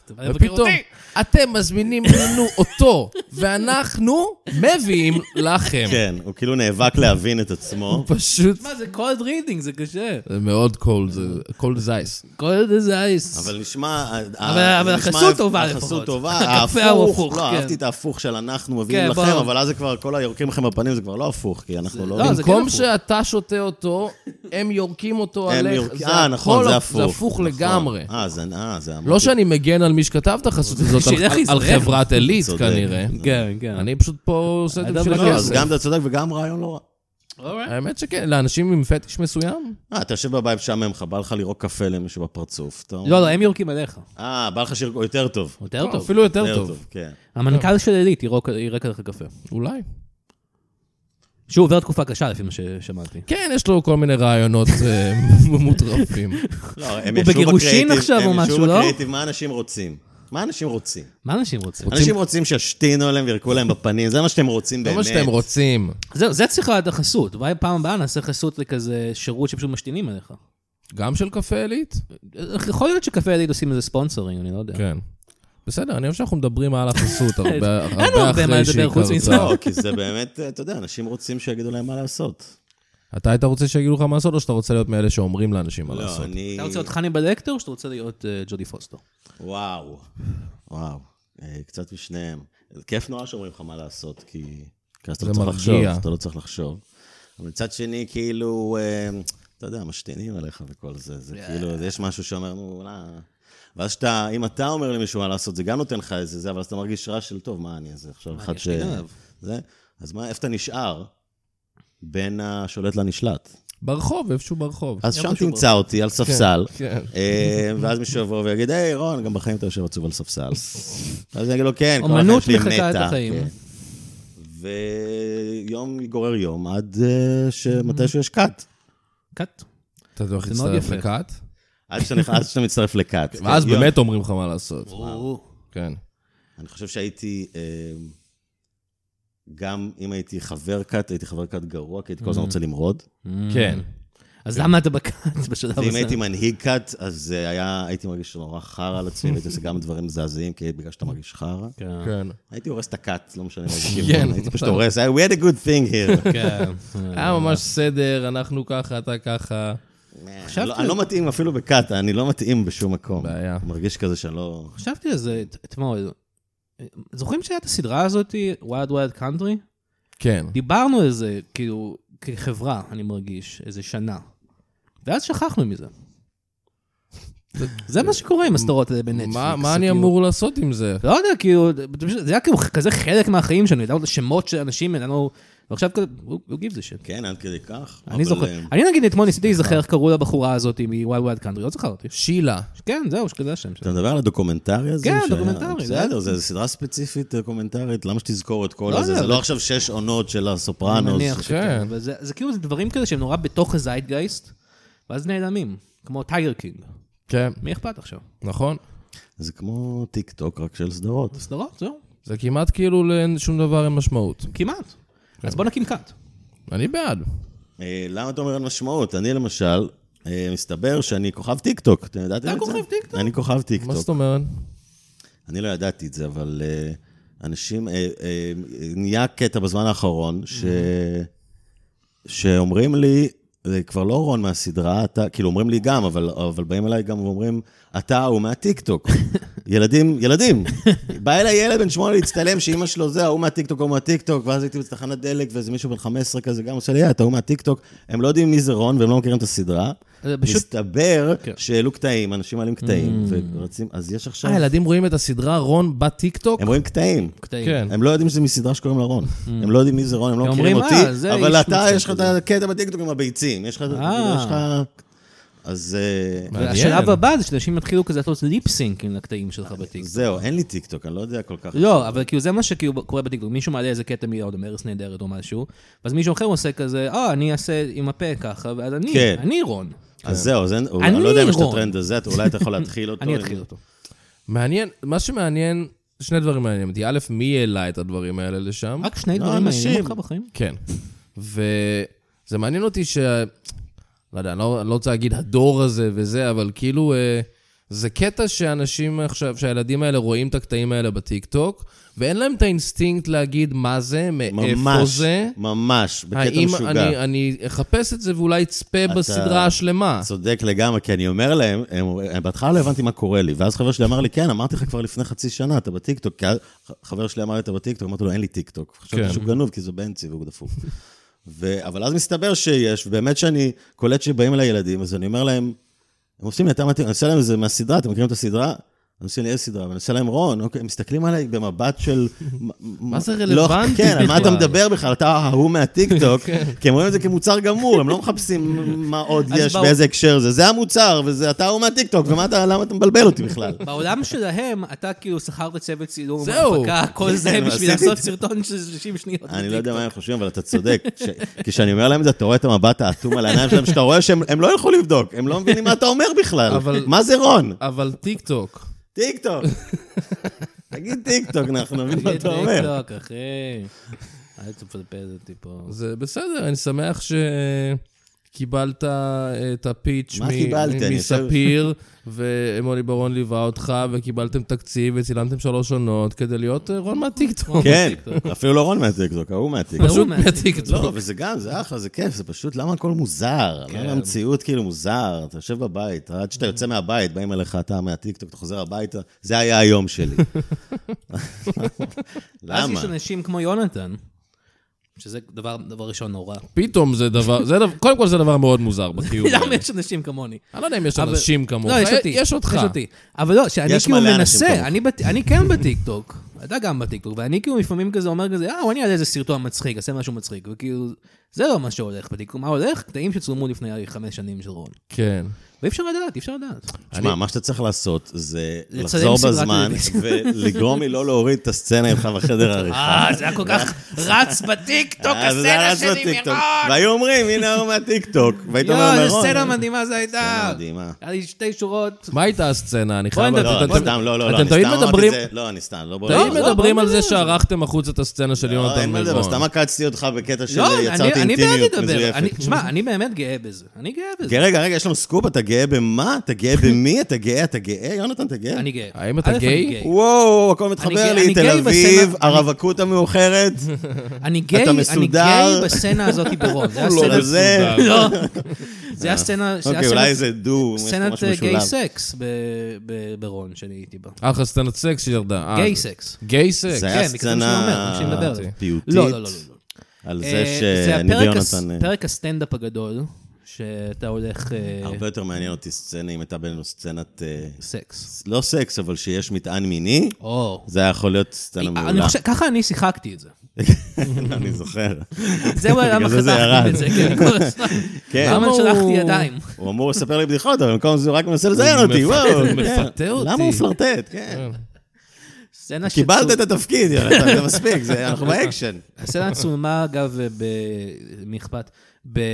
S3: אתה בא לבקר
S2: ופתאום,
S3: אותי?
S2: אתם מזמינים לנו אותו, ואנחנו מביאים לכם.
S4: כן, הוא כאילו נאבק להבין את עצמו.
S2: פשוט...
S3: מה זה cold reading, זה קשה.
S2: זה מאוד קולד, זה קולד זייס.
S3: cold is ice.
S4: אבל נשמע... אה,
S3: אבל
S4: נשמע-
S3: החסות טובה לפחות.
S4: החסות טובה,
S3: הקפה
S4: ההפוך.
S3: ההפוך,
S4: לא,
S3: כן.
S4: אהבתי את ההפוך של אנחנו מביאים
S3: כן,
S4: לכם,
S3: ברור.
S4: אבל אז זה כבר, כל היורקים לכם בפנים זה כבר לא הפוך, כי אנחנו לא...
S3: לא, זה-
S2: במקום
S3: כן
S2: שאתה שותה אותו, הם יורקים אותו
S4: הם
S2: עליך.
S4: יורק-
S2: זה
S4: אה, נכון,
S2: הכל-
S4: זה הפוך.
S2: זה הפוך
S4: נכון.
S2: לגמרי.
S4: אה, זה... אה, זה...
S2: לא שאני מגן על מי שכתב את החסות הזאת, על-
S3: שילך
S2: על- על
S3: להסתדר.
S2: חברת עילית
S4: צודק.
S2: כנראה.
S3: כן, כן.
S2: אני פשוט פה עושה את זה
S3: אדם
S2: בשביל
S3: לא,
S4: לא, אז
S2: הכסף.
S4: גם אתה צודק וגם רעיון לא רע.
S2: האמת שכן, לאנשים עם פטיש מסוים.
S4: אה, אתה יושב בבית משעמם לך, בא לך לירוק קפה למישהו בפרצוף. אתה-
S3: לא, לא, הם יורקים עליך.
S4: אה, בא לך שיר יותר טוב.
S3: יותר טוב.
S2: לא, אפילו יותר טוב.
S4: כן.
S3: המנכ"ל של עילית ירוק- ירק עליך קפה.
S2: אולי.
S3: שהוא עובר תקופה קשה לפי מה ששמעתי.
S2: כן, יש לו כל מיני רעיונות
S4: [laughs]
S2: אה, מוטרפים.
S4: לא, הם
S3: הוא
S4: ישבו
S3: בגירושין
S4: בקריאיטיב-
S3: עכשיו או משהו,
S4: הם
S3: לא?
S4: ישבו בקריאיטיב, מה אנשים רוצים? מה אנשים רוצים?
S3: מה אנשים רוצים?
S4: אנשים רוצים שישתינו עליהם וירקו להם בפנים, זה מה שאתם רוצים
S2: זה
S4: באמת.
S2: לא מה שאתם רוצים.
S3: זהו, זה צריך לדעת החסות. אולי פעם הבאה נעשה חסות לכזה שירות שפשוט משתינים עליך.
S2: גם של קפה עילית?
S3: יכול להיות שקפה ידיד עושים איזה ספונסרינג, אני לא יודע.
S2: כן. בסדר, אני חושב שאנחנו מדברים על החסות הרבה
S3: [laughs] אין לנו
S2: הרבה
S3: הרבה מה
S2: אחרי שהיא
S3: לדבר חוץ מזה.
S2: קרתה.
S4: לא, כי זה באמת, אתה יודע, אנשים רוצים שיגידו להם מה לעשות.
S2: אתה היית רוצה שיגידו לך מה לעשות, או שאתה רוצה להיות מאלה שאומרים לאנשים מה
S4: לא,
S2: לעשות?
S4: אני...
S3: אתה רוצה להיות חני בלקטר, או שאתה רוצה להיות אה, ג'ודי פוסטר?
S4: וואו. וואו. אה, קצת משניהם. זה כיף נורא שאומרים לך מה לעשות, כי... כי אז אתה לא
S2: זה
S4: צריך
S2: מרגיע.
S4: לחשוב, אתה לא צריך לחשוב. אבל מצד שני, כאילו, אה, אתה יודע, משתינים עליך וכל זה, זה כאילו, אז יש משהו שאומר, נו, לא... ואז שאתה, אם אתה אומר למישהו מה לעשות, זה גם נותן לך איזה זה, אבל אז אתה מרגיש רע של טוב, מה אני איזה עכשיו אחד
S3: יש
S4: ש...
S3: לי גב?"
S4: זה, אז מה, איפה אתה נשאר בין השולט לנשלט?
S2: ברחוב, איפשהו ברחוב.
S4: אז שם
S3: שהוא
S4: תמצא אותי על ספסל,
S2: כן.
S4: אה, ואז מישהו יבוא ויגיד, היי, רון, גם בחיים אתה יושב עצוב על ספסל.
S3: [laughs]
S4: אז אני אגיד לו, כן, כל החיים
S3: אומנות
S4: שלי
S3: מחקה את
S4: מתה.
S3: החיים.
S4: כן. ויום גורר יום, עד אה, שמתישהו יש קאט.
S3: קאט.
S2: אתה הולך
S3: זה מאוד
S2: להצטרף
S3: יפה.
S2: לכת,
S4: כן, עד
S3: [laughs]
S4: שאתה נכ- עד שאתה מצטרף לקאט.
S2: ואז
S4: יום.
S2: באמת אומרים לך מה לעשות. כן.
S4: אני חושב שהייתי, אה, גם אם הייתי חבר קאט, הייתי חבר קאט גרוע, כי הייתי כל
S3: Mm.
S4: הזמן רוצה למרוד.
S2: כן.
S3: Mm-hmm. אז למה אתה בקאט בשלב
S4: ואם
S3: הזה?
S4: הייתי מנהיג קאט, אז אה, היה- הייתי מרגיש נורא חרא על
S3: [laughs]
S4: עצמי, והייתי עושה גם דברים מזעזעים, כי בגלל שאתה מרגיש חרא.
S3: כן.
S2: כן.
S4: הייתי הורס את הכת, לא משנה
S3: [laughs]
S4: איזה
S2: כן.
S4: כיוון, הייתי פשוט הורס, I- we had a good thing here.
S3: כן.
S2: היה ממש סדר, אנחנו ככה, אתה ככה.
S3: אה,
S4: אני לא- אני לא מתאים אפילו בכת, אני לא מתאים בשום מקום.
S2: בעיה.
S4: מרגיש כזה שאני לא...
S3: חשבתי על זה את- אתמול. אה, זוכרים שהיה את הסדרה הזאת, Wild Wild Country?
S2: כן.
S3: דיברנו על זה, כאילו, כחברה, אני מרגיש, איזה שנה. ואז שכחנו מזה. זה מה שקורה עם הסדרות האלה בנטפליקס.
S2: מה-
S3: זה
S2: מה אני
S3: כאילו-
S2: אמור לעשות עם זה?
S3: לא יודע, כאילו, זה פשוט- זה היה כאילו כזה חלק מהחיים שלנו, ידענו את השמות של אנשים, ידענו... ועכשיו כזה, הוא גיב זה שיט.
S4: כן, עד כדי כך.
S3: כאילו. אני זוכר.
S4: אבל, אה,
S3: אני נגיד אתמול ניסיתי להיזכר איך קראו לבחורה הזאת מוואי וואד קאנטרי, לא זכרתי.
S2: שילה.
S3: כן, זהו, שכזה השם שלה.
S4: אתה מדבר על הדוקומנטרי הזה?
S3: כן,
S4: שהיה-
S3: דוקומנטרי, זה-
S4: בסדר, זו סדרה ספציפית דוקומנטרית, למה שתזכור את כל
S3: לא
S4: הזה?
S3: יודע,
S4: זה לא
S3: אבל-
S4: עכשיו שש עונות של
S3: אני
S4: הסופרנוס.
S3: מניח
S2: כן.
S3: שכן. אבל זה זה כאילו זה דברים כזה שהם נורא בתוך הזיידגייסט, ואז נעלמים, כמו טייגר קינג.
S2: כן,
S3: מי אכפת עכשיו?
S2: נכון.
S4: זה כמו טיק טוק, רק של סדרות.
S3: סדרות, זהו.
S2: זה כמעט כאילו לשום דבר אין משמעות.
S3: כמעט. אז בוא נקים קאט.
S2: אני בעד.
S4: אה, למה אתה אומר אין משמעות? אני למשל, אה, מסתבר שאני כוכב טיקטוק, אתם ידעתם את זה?
S3: כוכב טיקטוק?
S4: אני כוכב
S2: מה
S4: טיקטוק.
S2: זאת אומרת?
S4: אני לא ידעתי את זה, אבל אה, אנשים... אה, אה, נהיה קטע בזמן האחרון, ש... שאומרים לי, זה כבר לא רון מהסדרה, אתה... כאילו, אומרים לי גם, אבל, אבל באים אליי גם ואומרים, אתה
S3: [laughs]
S4: ההוא מהטיקטוק. ילדים, ילדים. בא אליי ילד בן שמונה להצטלם, שאימא שלו זה, ההוא מהטיקטוק, ההוא מהטיקטוק, ואז הייתי בתחנת דלק, ואיזה מישהו בן 15 כזה גם עושה לי, "אה, אתה ההוא מהטיקטוק. הם לא יודעים מי זה רון, והם לא מכירים את הסדרה.
S3: זה פשוט-
S4: מסתבר
S3: כן. Mm.
S4: שהעלו קטעים, אנשים מעלים קטעים, ורצים, אז יש עכשיו...
S2: אה, ילדים רואים את הסדרה רון בטיקטוק?
S4: הם רואים קטעים.
S3: קטעים.
S2: כן.
S4: הם לא יודעים שזה מסדרה שקוראים לה רון. הם לא יודעים מי זה רון, הם לא
S3: Mm. הם
S4: מכירים
S3: אומרים, "אה,
S4: אותי,
S3: זה
S4: אבל
S3: איש
S4: אתה,
S3: מצחיק
S4: יש לך את הקטע בטיקטוק עם הביצים. יש לך...
S3: אה.
S4: יש לך... אז אה,
S2: מעניין.
S3: כן. השלב הבא זה שאנשים יתחילו כזה לעשות ליפסינקים לקטעים שלך בטיקטוק.
S4: זהו, אין לי טיקטוק, אני לא יודע כל כך...
S3: לא, אבל כאילו זה מה שכאילו קורה בטיקטוק, מישהו מעלה איזה קטע מילה, עוד אומר ארץ נהדרת או משהו, ואז מישהו אחר עושה כזה, אה, אני אעשה עם הפה ככה, ואז אני,
S4: כן.
S3: אני רון.
S4: אז זהו, אז אין-
S3: אני
S4: אני לא יודע אם יש את
S3: רון.
S4: הטרנד הזה, אתה- אולי אתה יכול
S3: [laughs]
S4: להתחיל אותו.
S3: אני
S4: אם-
S3: אתחיל אותו.
S2: מעניין, מה שמעניין, שני דברים מעניינים אותי. א', מי העלה את הדברים האלה לשם?
S3: רק שני
S4: לא,
S3: דברים מעניינים
S4: אנשים.
S3: אותך בחיים?
S2: כן. וזה מעניין אותי ש... לא יודע, אני לא, אני לא רוצה להגיד הדור הזה וזה, אבל כאילו, אה, זה קטע שאנשים עכשיו, שהילדים האלה רואים את הקטעים האלה בטיקטוק, ואין להם את האינסטינקט להגיד מה זה, מאיפה
S4: ממש,
S2: זה.
S4: ממש, בקטע
S2: האם אני,
S4: משוגע.
S2: אני אחפש את זה ואולי אצפה
S4: אתה-
S2: בסדרה השלמה.
S4: צודק לגמרי, כי אני אומר להם, הם- בהתחלה לא הבנתי מה קורה לי, ואז חבר שלי אמר לי, כן, אמרתי לך כבר לפני חצי שנה, אתה בטיקטוק, כי אז- ח- חבר שלי אמר לי, אתה בטיקטוק, אמרתי לו, אין לי טיקטוק.
S2: כן.
S4: חשבתי שהוא גנוב, כי זה בנצי והוא דפוק. ו... אבל אז מסתבר שיש, ובאמת שאני קולט שבאים אליי ילדים, אז אני אומר להם, הם עושים לי, אתה מתאים, אני עושה להם איזה מהסדרה, אתם מכירים את הסדרה? הם עושים לי איזה סדרה, ואני עושה להם רון, אוקיי, הם מסתכלים עליי במבט של... מה
S2: זה
S4: לא,
S2: רלוונטי
S4: כן, על מה אתה
S2: בכלל? כן.
S4: מדבר בכלל? אתה
S2: [laughs]
S4: ההוא מהטיקטוק, כי הם רואים את זה כמוצר גמור, הם לא מחפשים מה עוד
S3: אז
S4: יש,
S3: באו-
S4: באיזה הקשר זה. זה המוצר, וזה אתה ההוא מהטיקטוק, ומה אתה, למה אתה מבלבל אותי בכלל?
S3: בעולם שלהם, אתה כאילו שכרת צוות צילום,
S2: זהו.
S3: הפקה, כל זה
S4: כן,
S3: בשביל
S4: עשיתי
S3: לעשות
S4: את
S3: סרטון של 30 שניות.
S4: אני לא
S3: בטיקטוק.
S4: יודע מה הם חושבים, אבל אתה צודק. ש- כשאני אומר להם את זה, אתה רואה את המבט האטום על העיניים שלהם, שאתה רואה שהם הם לא ילכו לבדוק, הם לא מבינים מה אתה אומר בכלל.
S2: אבל-
S4: מה זה רון?
S2: אבל טיקטוק,
S4: טיקטוק. תגיד טיקטוק, אנחנו נבין מה
S3: יהיה
S4: אתה אומר.
S3: טיקטוק, אחי. אל תפלפל אותי פה.
S2: זה בסדר, אני שמח שקיבלת אה, את הפיץ'
S4: מה
S2: מ-
S4: קיבלתי? אני
S2: מספיר,
S4: [laughs]
S2: ומולי ברון ליווה אותך, וקיבלתם תקציב, וצילמתם שלוש עונות כדי להיות אה, רון מהטיקטוק.
S4: כן, אפילו לא רון מהטיקטוק, ההוא מהטיקטוק.
S2: פשוט
S3: מהטיקטוק.
S2: מהטיקטוק.
S4: לא, וזה גם, זה אחלה, זה כיף, זה פשוט, למה הכל מוזר?
S3: כן.
S4: למה המציאות כאילו מוזר? אתה יושב בבית, עד שאתה יוצא מהבית, באים אליך, אתה מהטיקטוק, אתה חוזר הביתה, זה היה היום
S3: [laughs]
S4: שלי.
S3: אז יש
S4: למה?
S3: אנשים כמו יונתן, שזה דבר דבר ראשון נורא.
S2: פתאום זה דבר, זה דבר- קודם כל זה דבר מאוד מוזר
S3: [laughs]
S2: בקיום.
S3: למה
S2: האלה.
S3: יש אנשים כמוני?
S2: אני לא יודע אם יש
S3: אבל-
S2: אנשים כמוך.
S3: לא, יש
S2: אה,
S3: אותי.
S2: יש אותך.
S3: יש אותי. אבל לא, שאני
S4: יש
S3: כאילו
S4: מלא אנשים
S3: מנסה,
S4: כמוך.
S3: אני בת- אני כן בטיקטוק, אתה גם בטיקטוק, ואני כאילו לפעמים כזה אומר כזה, אה, אני אעלה איזה סרטון מצחיק, אעשה משהו מצחיק, וכאילו, זה לא מה שהולך בטיקטוק, מה הולך? קטעים שצולמו לפני חמש שנים של רון.
S2: כן.
S3: ואי אפשר לדעת, אי אפשר לדעת.
S4: תשמע, מה שאתה צריך לעשות זה
S3: לצלם
S4: לחזור
S3: סדרת
S4: בזמן ולגרום לי לא להוריד את הסצנה איתך בחדר העריכה.
S3: אה, זה היה כל כך
S4: [laughs]
S3: רץ בטיקטוק,
S4: אז אה, זה
S3: הסצנה
S4: היה רץ
S3: שלי
S4: בטיקטוק.
S3: מרון!
S4: והיו אומרים, הנה ההוא מהטיקטוק. והיית אומר,
S3: יואו,
S4: מירון.
S3: איזה סצנה מדהימה זו
S4: סצנה
S3: הייתה.
S4: מדהימה.
S3: היה לי שתי שורות.
S2: מה הייתה הסצנה? אני חייב...
S3: נדבר.
S2: אתם-
S4: לא,
S2: אתם-
S4: סתם, לא, לא, לא,
S2: אתם
S4: אני
S2: תמיד
S4: סתם אמרתי
S2: מדברים...
S4: את זה. לא, אני סתם, לא בורח.
S2: תמיד
S3: לא, לא,
S2: מדברים על
S3: לא,
S2: זה
S3: לא.
S2: שערכתם החוצה את הסצנה של
S4: לא,
S2: יונתן
S4: אין מה לדבר,
S2: מירון.
S4: סתם עקצתי אותך בקטע
S3: לא, אני-
S4: שיצרתי
S3: אני בעד
S4: אינטימיות
S3: לדבר. אני-
S4: מזויפת.
S3: תשמע, אני באמת גאה בזה. אני גאה בזה.
S4: כן, רגע, רגע, יש לנו סקופ, אתה גאה במה? אתה גאה במי? אתה גאה? אתה גאה? יונתן, אתה גאה?
S3: אני גאה.
S2: האם אתה
S3: א', אני
S2: גיי?
S3: גאה.
S4: וואו, הכל
S3: גאה-
S4: מתחבר
S3: אני
S4: לי, תל
S3: גיי
S4: אביב,
S3: בסצנה- [laughs]
S4: הרווקות המאוחרת. אוקיי,
S3: אני גיי, אני
S4: מסודר?
S3: גיי בסצנה
S4: [laughs]
S3: הזאת ברוב. זה
S2: לא
S3: הסצנה...
S4: זה-
S2: מסודר.
S3: [laughs] לא. זה הסצנה... זה
S4: אוקיי,
S3: הסצנת-
S4: אולי זה דו, יש פה
S3: סצנת
S4: משהו
S3: אה,
S4: משולב.
S3: גיי סקס ב- ב- ברון, שאני הייתי בה.
S2: היה לך סצנת סקס שירדה. אה,
S3: גיי
S2: זה-
S3: סקס.
S2: גיי סקס.
S4: זה
S3: כן,
S4: היה
S3: בגלל זה שאני אומר,
S4: סצנה
S3: אני מדבר על זה.
S4: פיוטית.
S3: לא, לא, לא, לא. לא.
S4: על
S3: אה,
S4: זה שאני
S3: הפרק הס-
S4: ויונתן... אה,
S3: פרק הסטנדאפ הגדול, שאתה הולך... אה,
S4: הרבה יותר מעניין אותי סצנה, אם הייתה בינינו סצנת... אה,
S3: סקס.
S4: לא סקס, אבל שיש מטען מיני,
S3: או.
S4: זה היה יכול להיות סצנה
S3: אוקיי. אני
S4: מעולה.
S3: חושב, ככה אני שיחקתי את זה.
S4: [laughs] אני זוכר.
S3: זהו למה
S4: בגלל זה זה
S3: חתכתי
S4: ירד.
S3: את זה, כן, כל הזמן.
S4: [laughs] כן.
S3: למה
S2: הוא-
S3: שלחתי ידיים?
S4: הוא אמור לספר לי בדיחות, אבל במקום זה הוא רק מנסה לזיין אותי,
S2: מפתה-
S4: וואו.
S2: הוא
S4: כן.
S2: מפתה אותי.
S4: למה הוא פלרטט?
S3: אה,
S4: כן.
S3: סצנה
S4: קיבלת
S3: שצו-
S4: את התפקיד, יונתן, זה מספיק, זה- אנחנו באקשן.
S3: הסצנה צולמה, אגב, ב... מי אכפת? ב... אה,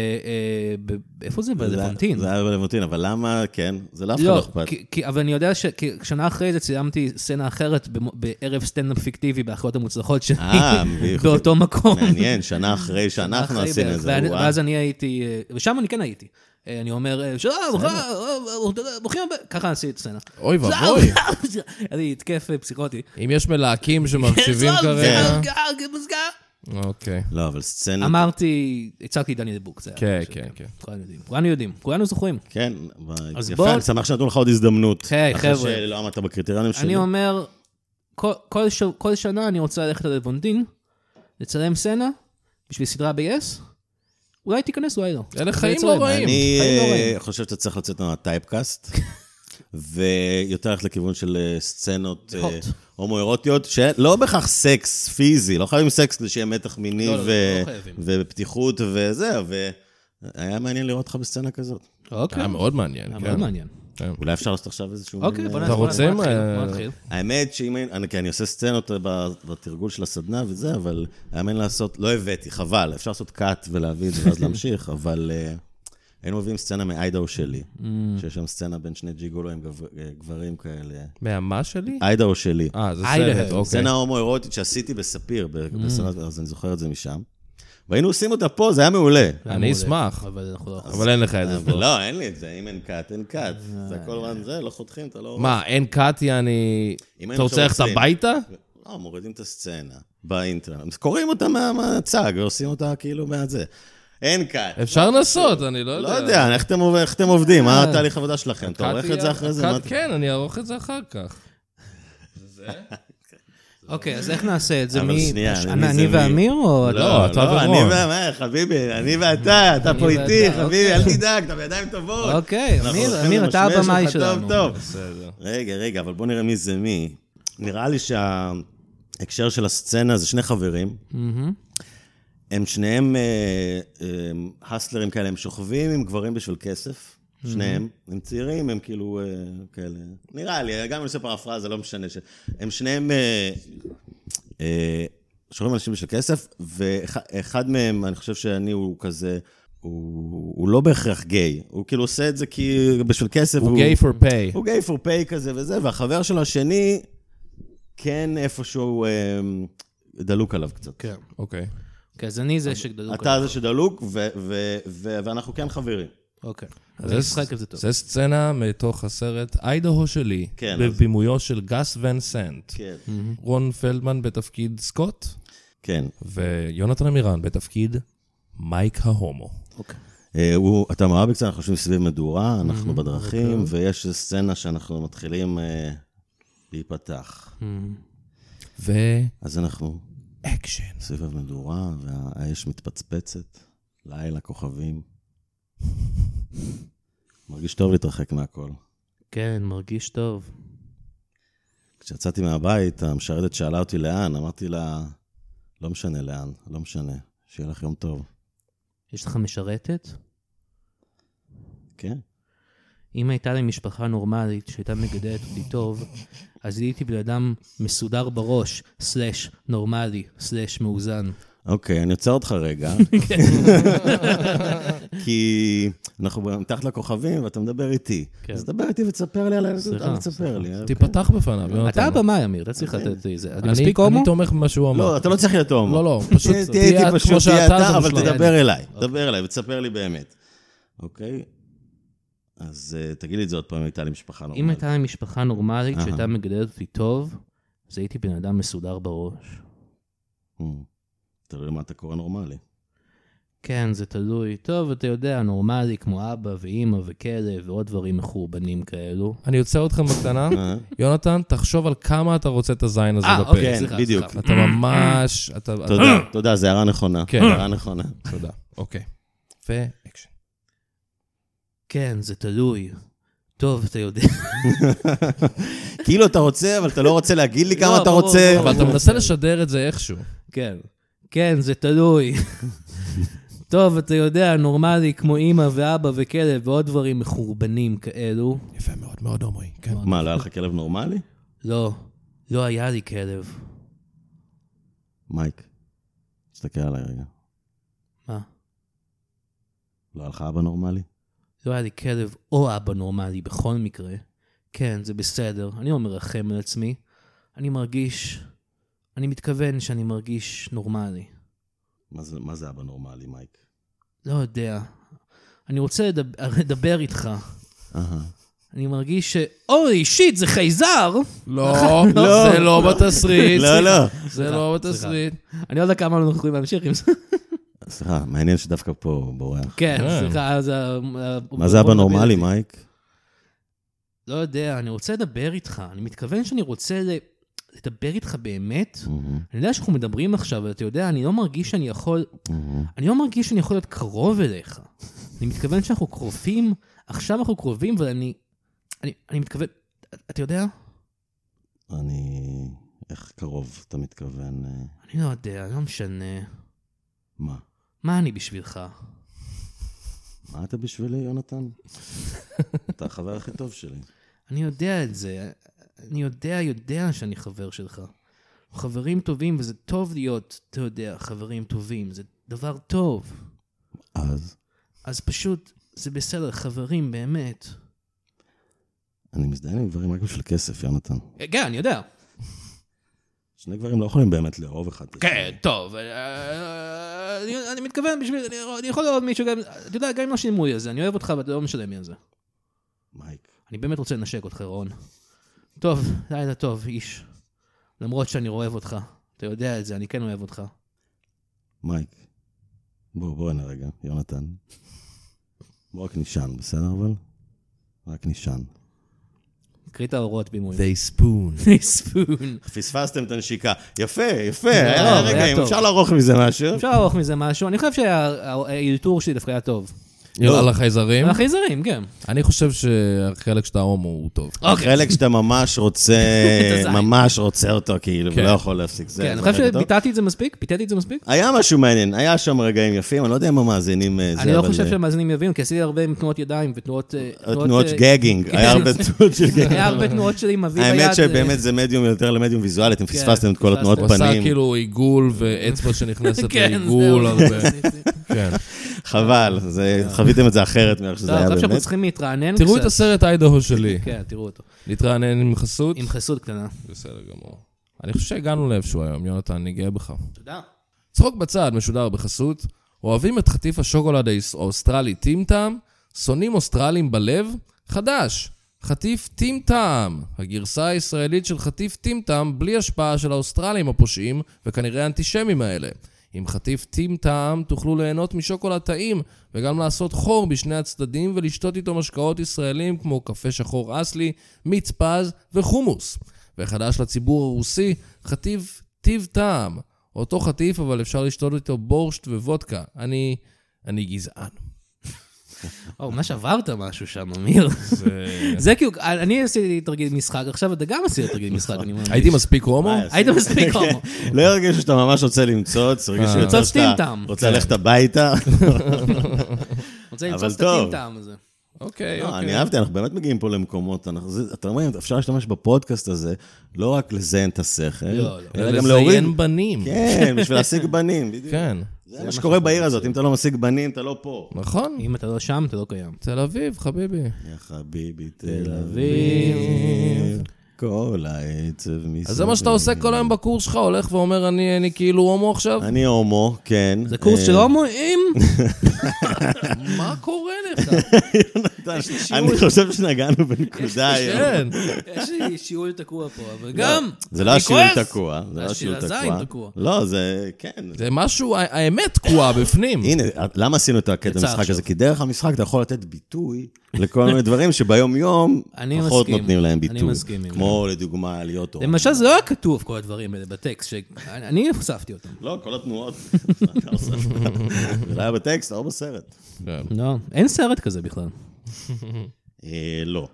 S3: ב- איפה זה? בלוונטין.
S4: זה היה בלוונטין, אבל למה, כן, זה לאף אחד לא
S3: לא,
S4: אכפת.
S3: כי- כי- אבל אני יודע ששנה אחרי זה צילמתי סצנה אחרת במו- בערב סטנדאפ פיקטיבי באחיות המוצלחות שלי,
S4: אה, מביך.
S3: באותו מקום.
S4: מעניין, שנה אחרי שאנחנו
S3: אחרי
S4: עשינו
S3: בערך,
S4: את זה,
S3: ואני-
S4: וואו.
S3: ואז אני הייתי, אה, ושם אני כן הייתי. אה, אני אומר, אה, שלום, אה, אה, ברוכים הבאים, ככה עשיתי את הסצנה.
S2: אוי
S3: שלום,
S2: ואבוי.
S3: היה לי התקף אה, פסיכוטי.
S2: אם יש מלהקים שמקשיבים
S3: שלום,
S2: כרגע...
S3: שלום, גר, מוזגר.
S2: אוקיי.
S4: לא, אבל סצנה...
S3: אמרתי, הצגתי את דני דבוק, זה היה
S2: כן,
S3: משהו,
S2: כן, כן.
S3: כולנו יודעים, כולנו יודעים, כולנו זוכרים.
S4: כן,
S3: אז
S4: יפה,
S3: בוא-
S4: אני שמח שנתנו לך עוד הזדמנות.
S3: היי, חבר'ה.
S4: אחרי שלא עמדת בקריטריונים שלי.
S3: אני אומר, כל- כל ש- כל שנה אני רוצה ללכת ללוונדין, לצלם סצנה, בשביל סדרה ב-yes, אולי תיכנס, אולי לא.
S2: אלה
S3: זה
S2: חיים
S3: יצא
S2: לא
S3: להם.
S2: רעים.
S4: אני
S3: חיים לא
S4: אה,
S3: רעים.
S4: חושב שאתה צריך לצאת מהטייפקאסט, ויותר ללכת לכיוון של אה, סצנות אה,
S3: הוט.
S4: הומואירוטיות, שלא בהכרח סקס פיזי, לא חייבים סקס כדי שיהיה מתח מיני
S3: לא, לא,
S4: ו-
S3: לא חייבים.
S4: ופתיחות וזה, והיה מעניין לראות אותך בסצנה כזאת.
S3: אוקיי,
S2: היה מאוד מעניין,
S4: אה,
S3: היה
S2: כן.
S3: מאוד מעניין.
S4: אולי אפשר לעשות עכשיו איזשהו...
S3: אוקיי,
S4: מין,
S3: בוא
S4: אה,
S3: נ- בוא
S2: רוצים,
S3: נתחיל,
S2: אה,
S3: בוא נתחיל.
S4: האמת שאם היינו, אני- כי אני עושה סצנות ב- בתרגול של הסדנה וזה, אבל האמן לעשות, לא הבאתי, חבל, אפשר לעשות קאט ולהביא את זה ואז להמשיך, [laughs] אבל אה, היינו מביאים סצנה מאיידאו שלי,
S2: Mm.
S4: שיש שם סצנה בין שני ג'יגולואים גב- אה, גברים כאלה.
S2: מהמה שלי?
S4: איידאו שלי.
S2: אה, זה
S3: Idaho.
S2: סרט, אוקיי. Mm.
S4: סצנה הומואירוטית שעשיתי בספיר, ב- בסצנה, אז אני זוכר את זה משם. והיינו עושים אותה פה, זה היה
S2: [laughs]
S4: מעולה.
S2: אוקיי. אני אשמח,
S3: אבל אנחנו לא...
S2: אבל אין לך את זה.
S4: אבל לא, אין לי את זה, אם אין קאט, אין קאט. זה הכל רן זה, לא חותכים, אתה לא...
S2: אה, מה, אין קטיה, אני...
S4: אם
S2: אתה
S4: היינו
S2: רוצה ללכת
S4: שרוצים.
S2: הביתה?
S4: לא, מורידים את הסצנה באינטרנט. קוראים אותה מה- מהצג, ועושים אותה כאילו מהזה. אין קאט.
S2: אפשר לנסות, אני לא
S4: לא
S2: יודע.
S4: יודע, איך אתם עוב- איך אתם עובדים? מה
S3: אה.
S4: התהליך העבודה שלכם? אתה עורך את
S2: קאטיה-
S4: זה אחרי זה?
S2: קאט-
S4: מה אתה-
S2: כן, אני אערוך את זה אחר כך.
S3: אוקיי, אז איך נעשה את זה?
S4: אבל
S3: מי- אה,
S4: שנייה,
S3: אני-
S4: מי זה
S3: אני
S4: מי?
S3: ואמיר או... אתה?
S2: לא, אתה ורון.
S4: אני ומה, חביבי, אני ואתה, אתה פה
S3: ואתה,
S4: איתי, חביבי,
S3: אוקיי.
S4: אל תדאג, אתה בידיים טובות.
S3: אוקיי,
S4: אנחנו
S3: אמיר,
S4: הולכים
S3: אמיר, אתה
S4: למשמש אותך,
S3: הבמאי
S4: טוב,
S3: שלנו.
S4: טוב.
S2: בסדר.
S4: רגע, רגע, אבל בוא נראה מי זה מי. נראה לי שההקשר של הסצנה זה שני חברים. הם שניהם אה, אה, הסלרים כאלה, הם שוכבים עם גברים בשביל כסף. שניהם, הם צעירים, הם כאילו אה, כאלה, נראה לי, גם אם נעשה פרפרזה, לא משנה, ש... הם שניהם אה, אה, שומרים אנשים בשביל כסף, ואחד מהם, אני חושב שאני הוא כזה, הוא, הוא לא בהכרח גיי, הוא כאילו עושה את זה כי בשביל כסף,
S2: הוא גיי פור פיי.
S4: הוא גיי פור פיי כזה וזה, והחבר שלו השני, כן איפשהו אה, דלוק עליו קצת. כן.
S2: אוקיי.
S3: אוקיי, אז אני זה שגדלו כאן.
S4: אתה זה שדלוק, ו- ו- ו- ואנחנו כן חברים.
S3: אוקיי.
S2: אז
S3: אני
S2: זה-
S3: אשחק את זה טוב.
S2: זה סצנה מתוך הסרט איידהו שלי,
S4: כן, אז-
S2: בבימויו של גס ון סנט.
S4: כן.
S2: רון פלדמן בתפקיד סקוט,
S4: כן.
S2: ויונתן עמירן בתפקיד מייק ההומו.
S4: אה, הוא, אתה מאוהב קצת, אנחנו יושבים סביב מדורה, אנחנו בדרכים, ויש סצנה שאנחנו מתחילים אה, להיפתח.
S3: Hmm.
S2: ואקשן.
S4: אז אנחנו סביב המדורה, והאש מתפצפצת, לילה, כוכבים. [laughs] מרגיש טוב להתרחק מהכל.
S3: כן, מרגיש טוב.
S4: כשיצאתי מהבית, המשרתת שאלה אותי לאן, אמרתי לה, לא משנה לאן, לא משנה, שיהיה לך יום טוב.
S3: יש לך משרתת?
S4: כן?
S3: אם הייתה לי משפחה נורמלית שהייתה מגדלת אותי טוב, אז הייתי בן אדם מסודר בראש, סלאש נורמלי, סלאש מאוזן.
S4: אוקיי, אני עוצר אותך רגע. [laughs] כי אנחנו מתחת לכוכבים ואתה מדבר איתי.
S3: כן.
S4: אז דבר איתי ותספר לי על ה... אל תספר לי. אוקיי.
S2: תיפתח בפניו, יונתן.
S3: אתה הבמאי, אמיר, אתה צריך לתת לי זה. אני
S2: לא אני-
S3: מספיק הומו?
S2: אני תומך במה שהוא אמר.
S4: לא, אתה לא צריך להיות הומו.
S2: לא, לא, פשוט
S4: תהיה-
S2: תהיה
S4: תהיה
S2: את
S4: איתי
S2: כמו
S4: פשוט,
S2: שאתה,
S4: תהיה
S2: זה
S4: אתה, אבל
S2: מושלם.
S4: תדבר אליי. דבר אליי ותספר לי באמת. אוקיי? אז אה, תגיד לי את זה עוד פעם, אם הייתה לי משפחה נורמלית.
S3: אם הייתה לי משפחה נורמלית שהייתה מגדלת אותי טוב, אז הייתי בן אדם מסודר בראש.
S4: Mm. תלוי מה אתה קורא נורמלי.
S3: כן, זה תלוי. טוב, אתה יודע, נורמלי כמו אבא ואימא וכלב ועוד דברים מחורבנים כאלו.
S2: אני עוצר אותך [laughs] בקטנה.
S4: אה?
S2: יונתן, תחשוב על כמה אתה רוצה את הזין הזה
S3: אה,
S2: בפה.
S3: אוקיי,
S4: כן,
S3: סליחה,
S4: בדיוק.
S3: סליחה.
S2: אתה ממש... אתה...
S4: תודה, תודה, זו הערה נכונה.
S2: כן.
S4: הערה נכונה.
S2: תודה. אוקיי. ואקשן.
S3: כן, זה תלוי. טוב, אתה יודע.
S4: כאילו אתה רוצה, אבל אתה לא רוצה להגיד לי כמה
S3: לא,
S4: אתה
S3: ברור,
S4: רוצה.
S3: ברור.
S2: אבל אתה מנסה לשדר את זה איכשהו.
S3: כן. כן, זה
S2: [laughs]
S3: תלוי. טוב, אתה יודע, נורמלי כמו אימא ואבא וכלב ועוד דברים מחורבנים כאלו.
S2: יפה מאוד, מאוד הומואי. כן.
S4: מה, לא היה לך כלב נורמלי?
S3: לא, לא היה לי כלב.
S4: מייק, תסתכל עליי רגע.
S3: מה?
S4: לא היה לך אבא נורמלי?
S3: לא היה לי כלב או אבא נורמלי בכל מקרה. כן, זה בסדר, אני לא מרחם על עצמי. אני מרגיש... אני מתכוון שאני מרגיש נורמלי.
S4: מה זה, מה זה אבא נורמלי, מייק?
S3: לא יודע. אני רוצה לדבר, לדבר איתך. אני מרגיש ש... אוי, שיט, זה חייזר!
S2: [laughs]
S3: [laughs]
S2: לא, זה לא בתסריט.
S4: לא, לא.
S2: זה לא בתסריט.
S3: אני לא יודע כמה אנחנו יכולים להמשיך עם זה.
S4: סליחה, מעניין שדווקא פה הוא בורח.
S3: כן,
S2: כן.
S3: [laughs] סליחה, זה...
S4: מה זה הבנורמלי, מייק?
S3: לא יודע, אני רוצה לדבר איתך. אני מתכוון שאני רוצה ל- לדבר איתך באמת.
S4: מהמם,
S3: אני יודע שאנחנו מדברים עכשיו, אבל אתה יודע, אני לא מרגיש שאני יכול...
S4: מהמם.
S3: אני לא מרגיש שאני יכול להיות קרוב אליך. אני מתכוון שאנחנו קרובים, עכשיו אנחנו קרובים, אבל אני... אני, אני מתכוון... אתה יודע?
S4: אני... איך קרוב אתה מתכוון? אה,
S3: אני לא יודע, לא משנה.
S4: מה?
S3: מה אני בשבילך?
S4: מה אתה בשבילי, יונתן? אתה החבר הכי טוב שלי.
S3: אני יודע את זה. אני יודע, יודע שאני חבר שלך. אנחנו חברים טובים, וזה טוב להיות, אתה יודע, חברים טובים. זה דבר טוב.
S4: אז
S3: אז פשוט, זה בסדר, חברים, באמת.
S4: אני מזדהה עם גברים רק בשביל כסף, יונתן.
S3: כן, אני יודע.
S4: שני גברים לא יכולים באמת לאהוב אחד את השני.
S3: כן, טוב. אה, אני- אני מתכוון בשביל... אני- אני יכול לאהוב מישהו גם... אתה יודע, גם אם לא שילמו לי על זה, אני אוהב אותך ואתה לא משלם לי על זה.
S4: מייק.
S3: אני באמת רוצה לנשק אותך, רון. טוב, לילה טוב, איש. למרות שאני לא אוהב אותך. אתה יודע את זה, אני כן אוהב אותך.
S4: מייק. בוא, בוא הנה רגע, יונתן. בוא רק נישן, בסדר אבל? רק נישן.
S3: תקריא את האורות בימויים.
S2: They spoon.
S3: זה ספון.
S4: פספסתם את הנשיקה. יפה, יפה,
S3: לא, היה
S4: היה רגעים,
S3: טוב.
S4: אפשר לערוך מזה משהו.
S3: אפשר לערוך מזה משהו, אני חושב שהאלתור שלי דווקא היה טוב.
S2: יאללה לחייזרים.
S3: החייזרים, כן.
S2: אני חושב שהחלק שאתה הומו הוא טוב.
S3: אוקיי.
S4: חלק שאתה ממש רוצה,
S3: [laughs] את הזין.
S4: ממש רוצה אותו, כאילו,
S2: כן.
S4: ולא יכול להפסיק. זה
S3: כן, אני
S4: זה
S3: חושב
S4: רגע טוב.
S3: שביטאתי את זה מספיק? ביטאתי את זה מספיק?
S4: היה משהו מעניין, היה שם רגעים יפים, אני לא יודע אם המאזינים אה, זה,
S3: אני לא
S4: אבל,
S3: חושב
S4: אה,
S3: שהמאזינים יבינו, כי עשיתי הרבה עם תנועות ידיים ותנועות... אה,
S4: תנועות
S3: אה, כן,
S4: גגינג, היה הרבה תנועות של גגינג.
S3: [laughs] היה הרבה תנועות שלי עם אבי ביד.
S4: האמת
S3: אה,
S4: שבאמת זה מדיום יותר למדיום ויזואלי, אתם פספסתם את כל
S3: פספסתם.
S4: התנועות
S2: הוא עשה
S4: פנים.
S2: כאילו עיגול ואצבע שנכנסת
S3: [laughs] כן,
S2: לעיגול
S3: זהו.
S2: הרבה. כן.
S4: חבל, זה- חוויתם את זה אחרת מאיך
S3: לא,
S4: שזה
S3: אני
S4: היה
S3: חושב שאנחנו
S4: באמת.
S3: צריכים להתרענן קצת.
S2: תראו את הסרט איידהו שלי.
S3: כן, תראו אותו.
S2: להתרענן עם חסות?
S3: עם חסות קטנה.
S2: בסדר גמור. אני חושב שהגענו לאיפשהו היום, יונתן, אני גאה בך.
S3: תודה.
S2: צחוק בצד משודר בחסות, אוהבים את חטיף השוקולד האיס- האוסטרלי טים טעם, שונאים אוסטרלים בלב, חדש, חטיף טים טעם, הגרסה הישראלית של חטיף טים טעם בלי השפעה של האוסטרלים הפושעים וכנראה האנטישמים האלה. עם חטיף טים טעם תוכלו ליהנות משוקולד טעים וגם לעשות חור בשני הצדדים ולשתות איתו משקאות ישראלים כמו קפה שחור אסלי, מיץ פז וחומוס. וחדש לציבור הרוסי, חטיף טיב טעם. אותו חטיף, אבל אפשר לשתות איתו בורשט ווודקה. אני, אני גזען.
S4: לא.
S3: או, ממש עברת משהו שם, אמיר. זה כאילו, אני עשיתי תרגיל משחק, עכשיו אתה גם עשית תרגיל משחק, אני
S4: נכון.
S3: אומר.
S2: הייתי מספיק הומו?
S4: מה,
S3: היית מספיק הומו.
S4: אה, לא הרגישו שאתה ממש רוצה למצוץ, הרגישו יותר
S3: למצוץ
S4: שאתה
S3: טים-טם.
S4: רוצה ללכת הביתה.
S3: רוצה
S4: אבל
S3: למצוא את
S4: טוב.
S3: הטים-טעם הזה.
S2: אוקיי,
S4: לא, אני
S2: אוקיי.
S4: אהבתי, אנחנו באמת מגיעים פה למקומות, אנחנו- זה- אתה אומר, אפשר להשתמש בפודקאסט הזה, לא רק לזיין את השכל,
S3: לא, לא.
S4: אלא גם להוריד.
S2: לזיין בנים.
S4: כן, בשביל להשיג בנים, בדיוק.
S2: כן,
S4: זה מה שקורה בעיר הזאת, אם אתה לא משיג בנים, אתה לא פה.
S2: נכון.
S3: אם אתה לא שם, אתה לא קיים.
S2: תל אביב, חביבי.
S4: יא חביבי, תל
S3: אביב.
S4: אביב, כל העצב מסביב.
S2: אז זה מה שאתה עושה כל היום בקורס שלך, הולך ואומר, "אני- אני כאילו הומו עכשיו?
S4: אני הומו, כן.
S3: זה אה, קורס של הומואים?
S2: מה קורה לך?
S4: אה, אני חושב שנגענו בנקודה היום.
S2: כן.
S3: [laughs] יש לי שיעול תקוע פה, אבל גם...
S4: זה לא
S3: אני
S4: השיעור
S3: כועס.
S4: תקוע, זה לא השיעור
S3: השיר הזין תקוע.
S4: תקוע. לא, זה, כן.
S2: זה משהו, ה- האמת תקועה בפנים.
S4: הנה, למה עשינו את הקטע
S3: יצא
S4: המשחק
S3: עכשיו.
S4: הזה? כי דרך המשחק אתה יכול לתת ביטוי לכל מיני דברים שביום-יום
S3: [laughs] אני
S4: פחות
S3: מסכים.
S4: נותנים להם
S3: אני
S4: ביטוי.
S3: מסכים עם
S4: כמו לדוגמה להיות הומו.
S3: למשל, זה לא היה כתוב, כל הדברים האלה, בטקסט, שאני אני הוספתי אותם.
S4: לא, כל התנועות. [laughs] זה לא היה בטקסט, או בסרט.
S2: כן.
S3: לא, אין סרט כזה בכלל.
S4: אה, לא.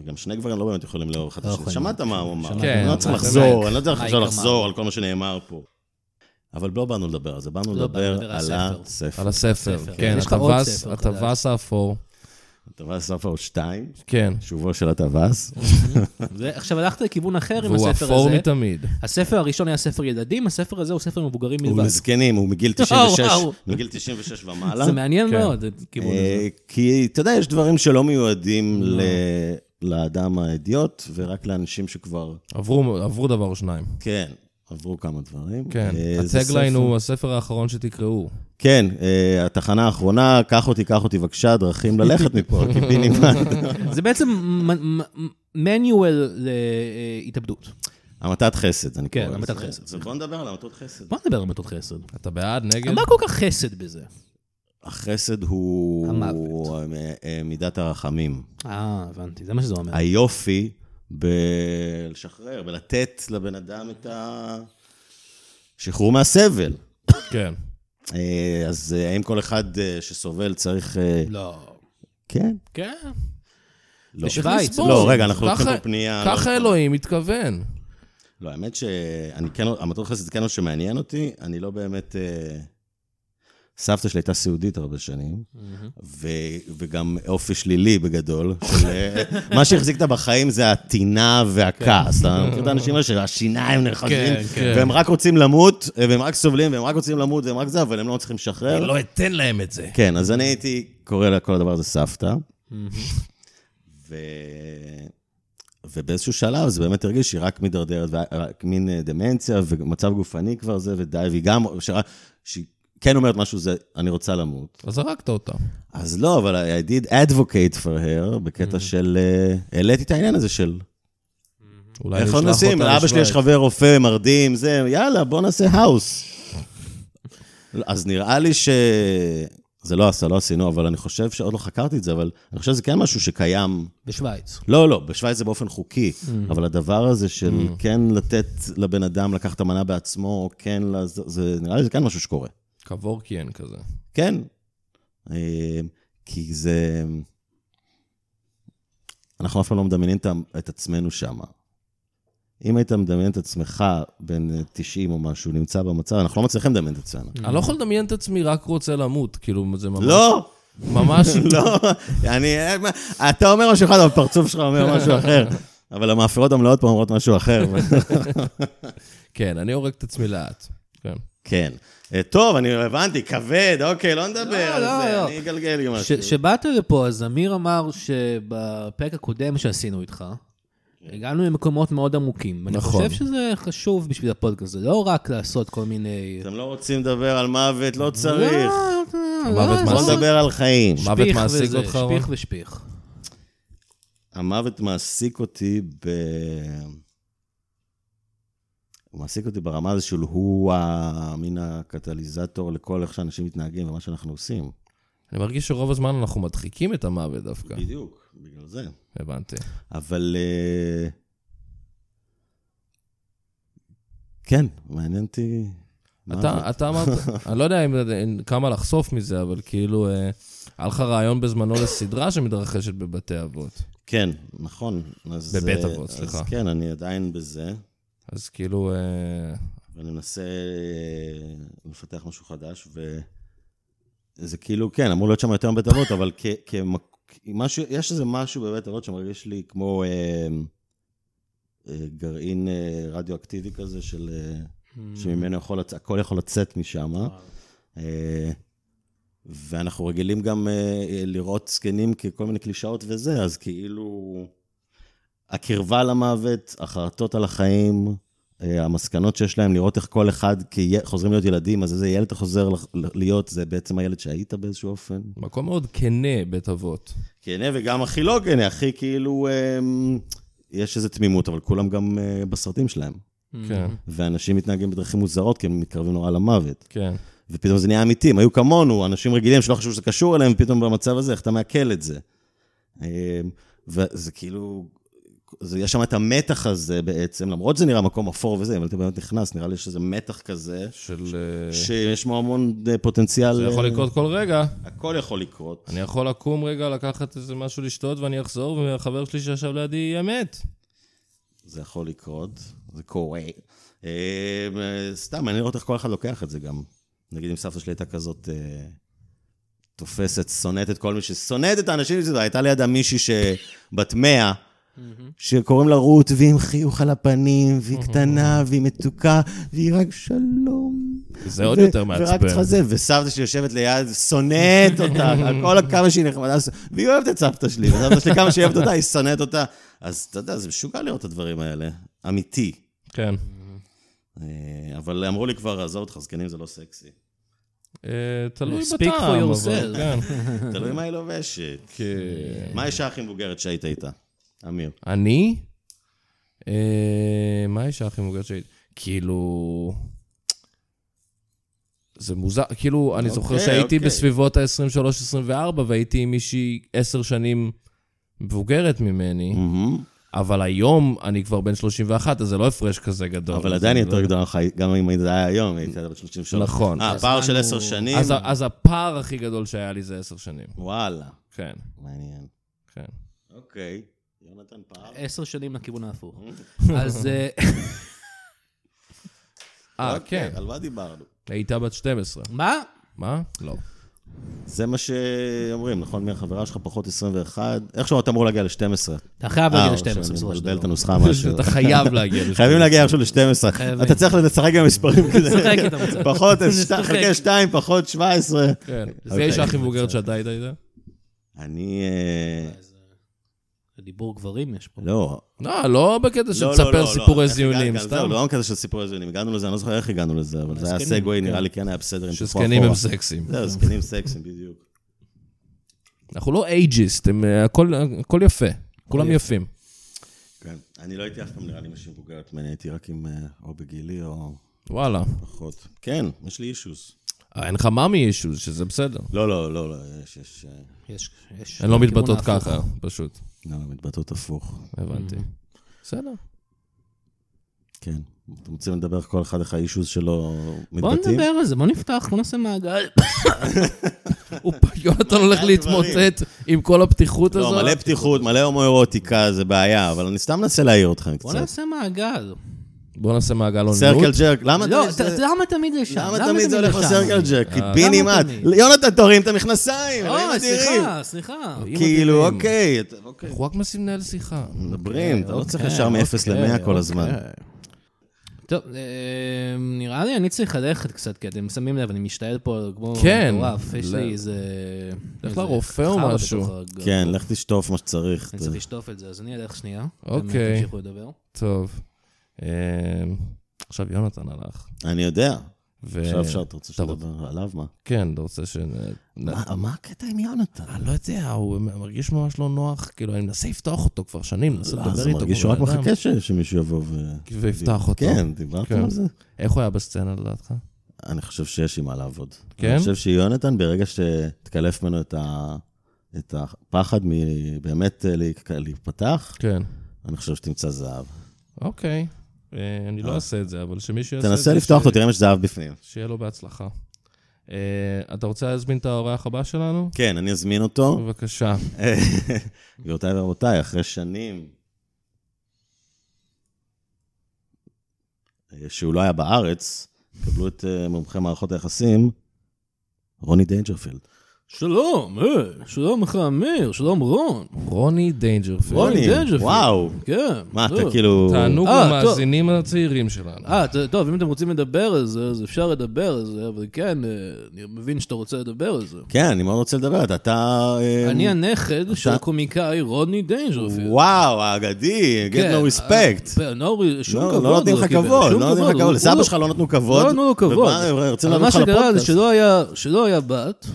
S4: וגם שני גברים לא באמת יכולים לאורך את
S3: לא
S4: השני.
S3: יכולים.
S4: שמעת מה הוא אמר.
S3: שמעתי.
S2: כן,
S4: אני לא צריך
S2: אבל-
S4: לחזור, אני לא צריך
S3: מייק
S4: עכשיו
S3: אמר.
S4: לחזור על כל מה שנאמר פה. אבל לא באנו לדבר על זה, באנו
S3: לא, באנו
S4: לדבר
S3: לדבר
S4: על
S3: על
S4: הספר.
S2: על הספר,
S3: ספר.
S2: כן,
S3: יש לך עוד
S2: הטווס-
S3: ספר חדש.
S2: הטווס האפור.
S4: הטווס הספר הוא שתיים,
S2: כן,
S4: שובו של הטווס.
S3: ועכשיו הלכת לכיוון אחר עם
S2: והוא
S3: הספר
S2: אפור
S3: הזה.
S2: מתמיד.
S3: הספר הראשון היה ספר ילדים, הספר הזה הוא ספר מבוגרים
S4: הוא
S3: בלבד.
S4: מזקנים, הוא מגיל 96,
S3: וואו.
S4: מגיל 96 ומעלה.
S3: זה מעניין
S2: כן.
S3: מאוד, הכיוון הזה.
S4: אה, כי אתה יודע, יש דברים שלא מיועדים ל- לאדם האידיוט, ורק לאנשים שכבר,
S2: עברו עברו דבר או שניים.
S4: כן. עברו כמה דברים.
S2: כן,
S4: אה, זה
S2: הטגליין
S4: ספר-
S2: הוא הספר האחרון שתקראו.
S4: כן, אה, התחנה האחרונה, קח אותי, קח אותי בבקשה, דרכים ללכת מפה,
S3: [laughs]
S4: קיבינימט. אה.
S3: זה בעצם מניואל אה, להתאבדות.
S4: המתת חסד, אני
S3: כן,
S4: קורא לזה.
S3: המתת חסד.
S4: אז בוא נדבר על המתות חסד.
S3: בוא נדבר על מתות חסד.
S2: אתה בעד, נגד?
S3: מה כל כך חסד בזה?
S4: החסד הוא...
S3: המוות.
S4: הוא, אה, אה, מידת הרחמים.
S3: אה, הבנתי, זה מה שזה אומר.
S4: היופי בלשחרר, בלתת לבן אדם את השחרור מהסבל.
S2: כן.
S4: אה, אז אה, האם כל אחד אה, שסובל צריך... אה,
S3: לא.
S4: כן.
S2: כן.
S4: לא.
S3: בשוויץ, צריך לסבול.
S4: לא, רגע, אנחנו
S2: ככה-
S4: לוקחים פה פנייה. לא
S2: ככה
S4: לכל-
S2: אלוהים מתכוון.
S4: לא, האמת שאני כן, המטרות חסד זה כן מה שמעניין אותי, אני לא באמת... אה, סבתא שלי הייתה סיעודית הרבה שנים, ו, וגם אופי שלילי בגדול. של, אה, מה שהחזיק אותה בחיים זה הטינה והכעס. אתה מכיר את האנשים האלה שהשיניים נלחזים,
S3: כן, כן.
S4: והם רק רוצים למות, אה, והם רק סובלים, והם רק רוצים למות, והם רק זה, אבל הם לא מצליחים לשחרר.
S2: אתן להם את זה.
S4: כן, אז אני הייתי קורא לכל הדבר הזה סבתא. ו... ובאיזשהו שלב זה באמת הרגיש שהיא רק מידרדרת, רק מין אה, דמנציה ומצב גופני כבר זה, ודי, והיא גם, שראה- שהיא כן אומרת משהו זה, אני רוצה למות.
S2: אז הרגת אותה.
S4: אז לא, אבל I did advocate for her, בקטע של, אה, העליתי את העניין הזה של,
S2: אולי
S4: איך
S2: נשלח
S4: לא
S2: אותה
S4: נוסעים, לאבא שלי יש
S2: לשוויץ.
S4: חבר רופא, מרדים, זה, יאללה, בוא נעשה האוס. אז נראה לי ש... זה לא עשה, לא עשינו, אבל אני חושב שעוד לא חקרתי את זה, אבל אני חושב שזה כן משהו שקיים
S3: בשוויץ.
S4: לא, לא, בשוויץ זה באופן חוקי, אבל הדבר הזה של
S2: Mm.
S4: כן לתת לבן אדם לקחת את המנה בעצמו, או כן, לעזור- זה נראה לי זה כן משהו שקורה.
S2: קבורקיאן כזה.
S4: כן. אה, כי זה... אנחנו אף פעם לא מדמיינים את ה- את עצמנו שם. אם היית מדמיין את עצמך בין אה, 90 או משהו, נמצא במצב, אנחנו לא מצליחים לדמיין את עצמנו.
S2: אני לא יכול לדמיין את עצמי, רק רוצה למות. כאילו, זה ממש...
S4: לא! [laughs]
S2: ממש...
S4: לא, אני... אתה אומר משהו אחד, אבל הפרצוף שלך אומר
S3: [laughs]
S4: משהו אחר. אבל המאפרות המלאות פה אומרות משהו אחר.
S2: כן, אני הורג את עצמי לאט. כן.
S4: כן. אה, טוב, אני הבנתי, כבד, אוקיי, לא נדבר
S3: לא,
S4: על
S3: לא,
S4: זה,
S3: לא.
S4: אני אגלגל עם משהו.
S3: כשבאת לפה, אז אמיר אמר שבפרק הקודם שעשינו איתך,
S4: כן.
S3: הגענו למקומות מאוד עמוקים. ואני
S2: נכון.
S3: חושב שזה חשוב בשביל הפודקאסט, זה לא רק לעשות כל מיני...
S4: אתם לא רוצים לדבר על מוות, לא צריך.
S3: לא, לא,
S2: מוות מה
S3: לא,
S4: בואו
S3: זה-
S2: זה?
S4: נדבר על חיים.
S2: מה- מוות
S3: שפיך
S2: מעסיק
S3: וזה,
S2: אותך, רון?
S3: שפיך ושפיך.
S4: המוות מעסיק אותי ב... הוא מעסיק אותי ברמה הזו של הוא המין הקטליזטור לכל איך שאנשים מתנהגים ומה שאנחנו עושים.
S2: אני מרגיש שרוב הזמן אנחנו מדחיקים את המוות דווקא.
S4: בדיוק, בגלל זה.
S2: הבנתי.
S4: אבל... אה, כן, מעניין אותי... מוות.
S2: אתה, אתה אמרת,
S4: [laughs]
S2: אני לא יודע אם, אם- כמה לחשוף מזה, אבל כאילו, אה, היה לך רעיון בזמנו לסדרה שמתרחשת בבתי אבות.
S4: כן, נכון. אז,
S2: בבית
S4: אה,
S2: אבות, סליחה.
S4: אז כן, אני עדיין בזה,
S2: אז כאילו, אה,
S4: ואני מנסה אה, לפתח משהו חדש, וזה כאילו, כן, אמור להיות שם יותר בית אבות, אבל כ- כמק... משהו, יש איזה משהו בבית אבות שמרגיש לי כמו אה, אה, גרעין אה, רדיואקטיבי כזה, של, אה, שממנו יכול, לצ- הכל יכול לצאת משם. אה, ואנחנו רגילים גם אה, אה, לראות זקנים ככל מיני קלישאות וזה, אז כאילו... הקרבה למוות, החרטות על החיים, אה, המסקנות שיש להם, לראות איך כל אחד, כי חוזרים להיות ילדים, אז איזה ילד אתה חוזר לח- להיות, זה בעצם הילד שהיית באיזשהו אופן.
S2: מקום מאוד כנה, בית אבות.
S4: כנה וגם הכי לא כנה, הכי כאילו, אה, יש איזו תמימות, אבל כולם גם אה, בסרטים שלהם.
S2: כן,
S4: ואנשים מתנהגים בדרכים מוזרות, כי הם מתקרבים נורא למוות.
S2: כן.
S4: ופתאום זה נהיה אמיתי, הם היו כמונו, אנשים רגילים שלא חשבו שזה קשור אליהם, ופתאום במצב הזה, איך אתה מעכל את זה? אה, וזה כאילו, זה, יש שם את המתח הזה בעצם, למרות שזה נראה מקום אפור וזה, אבל אתה באמת נכנס, נראה לי שזה מתח כזה,
S2: של... אה,
S4: שיש בו המון אה, פוטנציאל.
S2: זה יכול
S4: אה,
S2: לקרות כל רגע.
S4: הכל יכול לקרות.
S2: אני יכול לקום רגע, לקחת איזה משהו לשתות, ואני אחזור, והחבר שלי שישב לידי יהיה מת.
S4: זה יכול לקרות, זה קורה. אה, אה, סתם, מעניין לראות איך כל אחד לוקח את זה גם. נגיד אם סבתא שלי הייתה כזאת אה, תופסת, שונאת את כל מי ששונאת את האנשים, זה הייתה לידה מישהי שבת מאה. שקוראים לה רות, והיא עם חיוך על הפנים, והיא קטנה, והיא מתוקה, והיא רק שלום.
S2: זה עוד
S4: ו-
S2: יותר
S4: ורק
S2: מעצבן.
S4: צריכה זה, וסבתא שלי יושבת ליד,
S2: [laughs]
S4: שונאת אותה, על כל כמה שהיא נחמדה, והיא אוהבת את סבתא שלי, וסבתא שלי כמה שהיא אוהבת אותה, היא שונאת אותה. אז אתה יודע, זה משוגע לראות את הדברים האלה, אמיתי.
S2: כן.
S4: אה, אבל אמרו לי כבר, עזוב אותך, זקנים זה לא
S2: [laughs]
S4: סקסי.
S2: אה, תלוי
S3: Speak
S2: בטעם,
S3: for
S2: אבל
S3: yourself.
S2: כן.
S4: תלוי מה היא לובשת.
S2: כן.
S4: מה האישה הכי מבוגרת שהיית איתה? אמיר.
S2: אני? אה, מה האישה הכי מבוגרת שהיית? כאילו... זה מוזר, כאילו, אני זוכר
S4: אוקיי,
S2: שהייתי
S4: אוקיי.
S2: בסביבות ה-23-24 והייתי עם מישהי עשר שנים מבוגרת ממני, אבל היום אני כבר בן 31, אז זה לא הפרש כזה גדול.
S4: אבל
S2: אז
S4: עדיין היא
S2: זה- לא-
S4: יותר גדולה לך, גם אם זה היה היום, היא הייתה בת 33.
S2: נכון.
S4: אה,
S3: אז
S4: פער של
S3: לנו-
S4: עשר שנים?
S2: אז ה- אז הפער הכי גדול שהיה לי זה עשר שנים.
S4: וואלה.
S2: כן,
S4: מעניין.
S2: כן.
S4: אוקיי. יונתן פער?
S3: עשר שנים לכיוון ההפוך.
S4: אוקיי.
S3: אז אה, [laughs]
S2: אה,
S4: אוקיי,
S2: כן.
S4: על מה דיברנו?
S2: הייתה בת 12.
S3: מה?
S2: מה? לא.
S4: זה מה שאומרים, נכון? מי החברה שלך פחות 21? איכשהו אתה אמור להגיע ל-12.
S3: אתה חייב להגיע ל-12 בסופו של
S4: אה, מבלבל את
S3: דבר.
S4: הנוסחה משהו. [laughs]
S2: אתה חייב להגיע לשם.
S4: חייבים להגיע איכשהו ל-12.
S3: חייבים.
S4: אתה צריך לשחק עם המספרים כדי...
S3: לשחק איתם קצת.
S4: פחות,
S3: לשחק.
S4: חלקי 2, פחות 17.
S2: כן. זה
S4: אוקיי.
S2: האישה הכי מבוגרת שאתה היית איתה?
S4: אני... אה,
S3: דיבור גברים יש פה.
S4: לא.
S2: לא, לא בקטע של
S4: לא, לא,
S2: תספר
S4: לא,
S2: סיפורי
S4: איך הגענו-
S2: זיונים,
S4: זהו,
S2: סתם.
S4: לא כזה של סיפורי זיונים, הגענו לזה, אני לא זוכר איך הגענו לזה, אבל זה היה
S3: הזקנים,
S4: סגווי, נראה לי כן היה בסדר. אם תלכו
S2: שזקנים
S4: אחורה.
S2: הם סקסים.
S4: זהו, זקנים סקסים, בדיוק.
S2: אנחנו לא אייג'יסט, הם, אה, הכל הכל יפה. כולם יפים.
S4: כן. אני לא הייתי אף פעם נראה לי מישהי מבוגרת ממני, הייתי רק עם אה, או בגילי או
S2: וואלה.
S4: פחות. כן, יש לי אישוס.
S2: אה, אין לך מאמי אישוז, שזה בסדר.
S4: לא, לא, לא, לא, יש, יש... אה,
S3: יש, יש.
S2: הן לא
S3: לכיוון
S2: מתבטאות
S3: ההפוך.
S2: ככה, פשוט.
S4: לא, לא, מתבטאות הפוך.
S2: הבנתי.
S4: Mm-hmm.
S2: בסדר.
S4: כן. אתם רוצים לדבר איך כל אחד איך האישוס שלו מתבטאים?
S3: בוא נדבר על זה, בוא נפתח, בוא נעשה מעגל.
S2: הוא פ- [laughs] יונתן הולך
S4: לא, דברים.
S2: להתמוטט עם כל הפתיחות
S4: לא,
S2: הזאת.
S4: מלא פתיחות, מלא הומואירוטיקה, זה בעיה, אבל אני סתם מנסה להעיר אותך
S3: בוא
S4: קצת.
S3: נעשה מעגל.
S2: בוא נעשה מעגל
S4: סרקל
S2: אוננות.
S4: ג'רק, למה אתה...
S3: לא,
S4: מנסה-
S3: ת- למה תמיד זה שם?
S4: למה תמיד זה הולך
S3: שם?
S4: לסרקל ג'ק?
S2: אה.
S4: קיפינים
S3: למה
S4: את.
S3: תמיד?
S4: יונתן, תורים את המכנסיים, אלוהים
S3: אוי,
S4: אדירים.
S3: סליחה, סליחה.
S4: כאילו,
S2: מדהים.
S4: אוקיי, אתה- אוקיי.
S2: אנחנו רק מנסים לנהל שיחה.
S4: מדברים, אתה לא צריך ישר מ-0 ל-100 כל הזמן.
S3: טוב, אה, נראה לי אני צריך ללכת קצת, כי אתם שמים לב, אני משתעל פה כמו
S2: כן.
S3: מטורף. יש
S2: ל-
S3: לי איזה...
S2: לך
S3: איזה
S2: לרופא או
S3: חרא
S2: משהו.
S3: בתוך הגב.
S4: כן, לך תשטוף מה שצריך.
S3: אני צריך לשטוף את זה, אז אני אלך שנייה.
S2: אוקיי.
S3: אתם תמשיכו לדבר.
S2: טוב. אה, עכשיו יונתן הלך.
S4: אני יודע.
S2: ו-
S4: עכשיו אפשר, אתה רוצה
S2: אתה רוצ-
S4: שנדבר עליו? מה?
S2: כן, אתה רוצה שנ...
S4: מה- מה הקטע עם יונתן?
S2: אני לא יודע, הוא מרגיש ממש לא נוח, כאילו, אני מנסה לפתוח אותו כבר שנים, מנסה לדבר
S4: אז
S2: איתו.
S4: הוא לא,
S2: כמו
S4: מרגיש שהוא רק
S2: בן אדם.
S4: מחכה ש- שמישהו יבוא ו...
S2: ויפתח אותו.
S4: כן, דיברתם
S2: כן.
S4: על זה?
S2: איך הוא היה בסצנה לדעתך?
S4: אני חושב שיש עם מה לעבוד.
S2: כן?
S4: אני חושב שיונתן, ברגע שתקלף ממנו את ה... את הפחד מבאמת אה, להיק- להיפתח,
S2: כן.
S4: אני חושב שתמצא זהב.
S2: אוקיי. אה, אני לא אעשה את זה, אבל שמישהו יעשה את זה.
S4: תנסה לפתוח
S2: ש-
S4: אותו, תראה אם יש זהב בפנים.
S2: שיהיה לו בהצלחה. אה, אתה רוצה להזמין את האורח הבא שלנו?
S4: כן, אני אזמין אותו.
S2: בבקשה.
S4: [laughs] גבירותיי ורבותיי, אחרי שנים אה, שהוא לא היה בארץ, קבלו את אה, מומחה מערכות היחסים, רוני דיינג'רפילד.
S3: שלום, אה, שלום לך אמיר, שלום רון.
S2: רוני דיינג'רפילד.
S3: רוני דיינג'רפילד.
S4: וואו.
S3: כן.
S4: מה, אתה
S3: טוב.
S4: כאילו...
S2: תענוג
S3: אה, טוב.
S2: המאזינים הצעירים שלנו.
S3: אה, ט- טוב, אם אתם רוצים לדבר על זה, אז אפשר לדבר על זה, אבל כן, אה, אני מבין שאתה רוצה לדבר על זה.
S4: כן, אני מאוד רוצה לדבר, אתה- אתה... אה,
S3: אני הנכד של הקומיקאי רוני דיינג'רפילד.
S4: וואו, האגדי, get
S3: כן,
S4: no respect.
S3: אה, לא, שום
S4: לא
S3: כבוד.
S4: לא נותנים לך
S3: קיבל,
S4: כבוד,
S3: שום
S4: לא נותנים לך
S3: הוא-
S4: כבוד. לסבא
S3: הוא-
S4: שלך לא נתנו כבוד.
S3: לא נתנו לו כבוד.
S4: ובא- רצינו
S3: אבל
S4: להביא
S3: מה
S4: אותך
S3: שקרה זה
S4: לפודקאסט.
S3: שלא היה- שלא היה בת,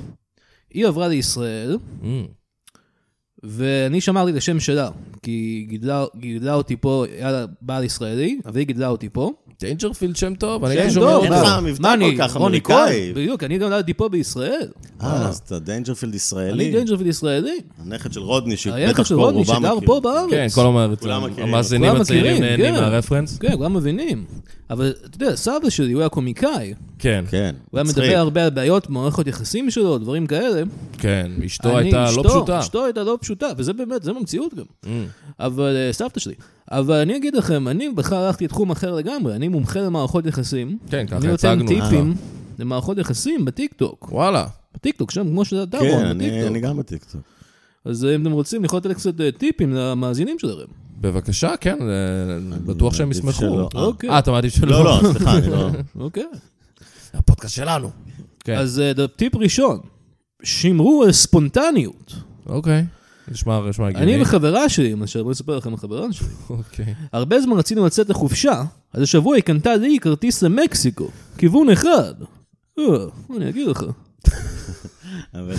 S3: היא עברה לישראל,
S2: אמ,
S3: ואני שמרתי את השם שלה, כי היא גידלה- גידלה אותי פה, היה לה בעל ישראלי, אבל היא גידלה אותי פה. כן,
S2: דיינג'רפילד שם טוב, אני גם
S4: שם
S2: שומע
S4: טוב,
S2: אותו.
S4: אין לך מבטא
S3: מה
S4: כל
S3: אני,
S4: כך
S3: רוני
S4: אמריקאי.
S3: כהן? בדיוק, אני גם נולדתי פה בישראל.
S4: אה, אז אתה דיינג'רפילד
S3: אני
S4: ישראלי,
S3: דיינג'רפילד ישראלי.
S4: הנכד של רודני, שבטח
S3: הילד אה, של
S4: כבר
S3: רוני שגר
S4: רובם מכירים.
S3: פה בארץ.
S2: כן, כל
S4: כולם
S2: המאר-
S4: מכירים.
S2: המאזינים
S3: כולם
S2: הצעירים
S3: מכירים,
S2: נהנים
S3: כן.
S2: מהרפרנס?
S3: כן, כולם מבינים. אבל אתה יודע, סבא שלי, הוא היה קומיקאי.
S2: כן.
S4: כן,
S3: הוא היה
S4: מצחיק.
S3: מדבר הרבה על בעיות מערכות יחסים שלו, דברים כאלה.
S2: כן, אשתו
S3: אני-
S2: הייתה לא
S3: אשתו-
S2: פשוטה. Mm.
S3: אשתו הייתה לא פשוטה, וזה באמת, זה במציאות גם. אבל אה, סבתא שלי. אבל אני אגיד לכם, אני בכלל הלכתי לתחום אחר לגמרי, אני מומחה למערכות יחסים.
S2: כן, ככה
S3: אני נותן
S2: הצגנו.
S3: טיפים למערכות יחסים בטיקטוק.
S2: וואלה.
S3: בטיקטוק, שם, כמו שאתה
S4: כן,
S3: רון,
S4: אני- אני
S3: בטיקטוק.
S4: גם בטיקטוק.
S3: אז אה, אם אתם רוצים, אני יכול לתת קצת אה, טיפים למאזינים שלכם.
S2: בבקשה, כן, אה, בטוח שהם
S4: מעדיף
S2: ישמחו.
S4: שלא. אה.
S3: אוקיי,
S2: אה, אתה מעדיף שלא?
S4: לא, לא, סליחה, אני לא...
S3: אוקיי.
S2: הפודקאסט שלנו. כן,
S3: אז אה, טיפ ראשון, שמרו על ספונטניות.
S2: אוקיי. נשמע נשמע הגיוני.
S3: אני וחברה שלי, למשל, בואו נספר לכם על חברה שלי.
S2: [laughs] אוקיי.
S3: הרבה זמן רצינו לצאת לחופשה, אז השבוע היא קנתה לי כרטיס למקסיקו, כיוון אחד. אה, אני אגיד לך.
S4: אבל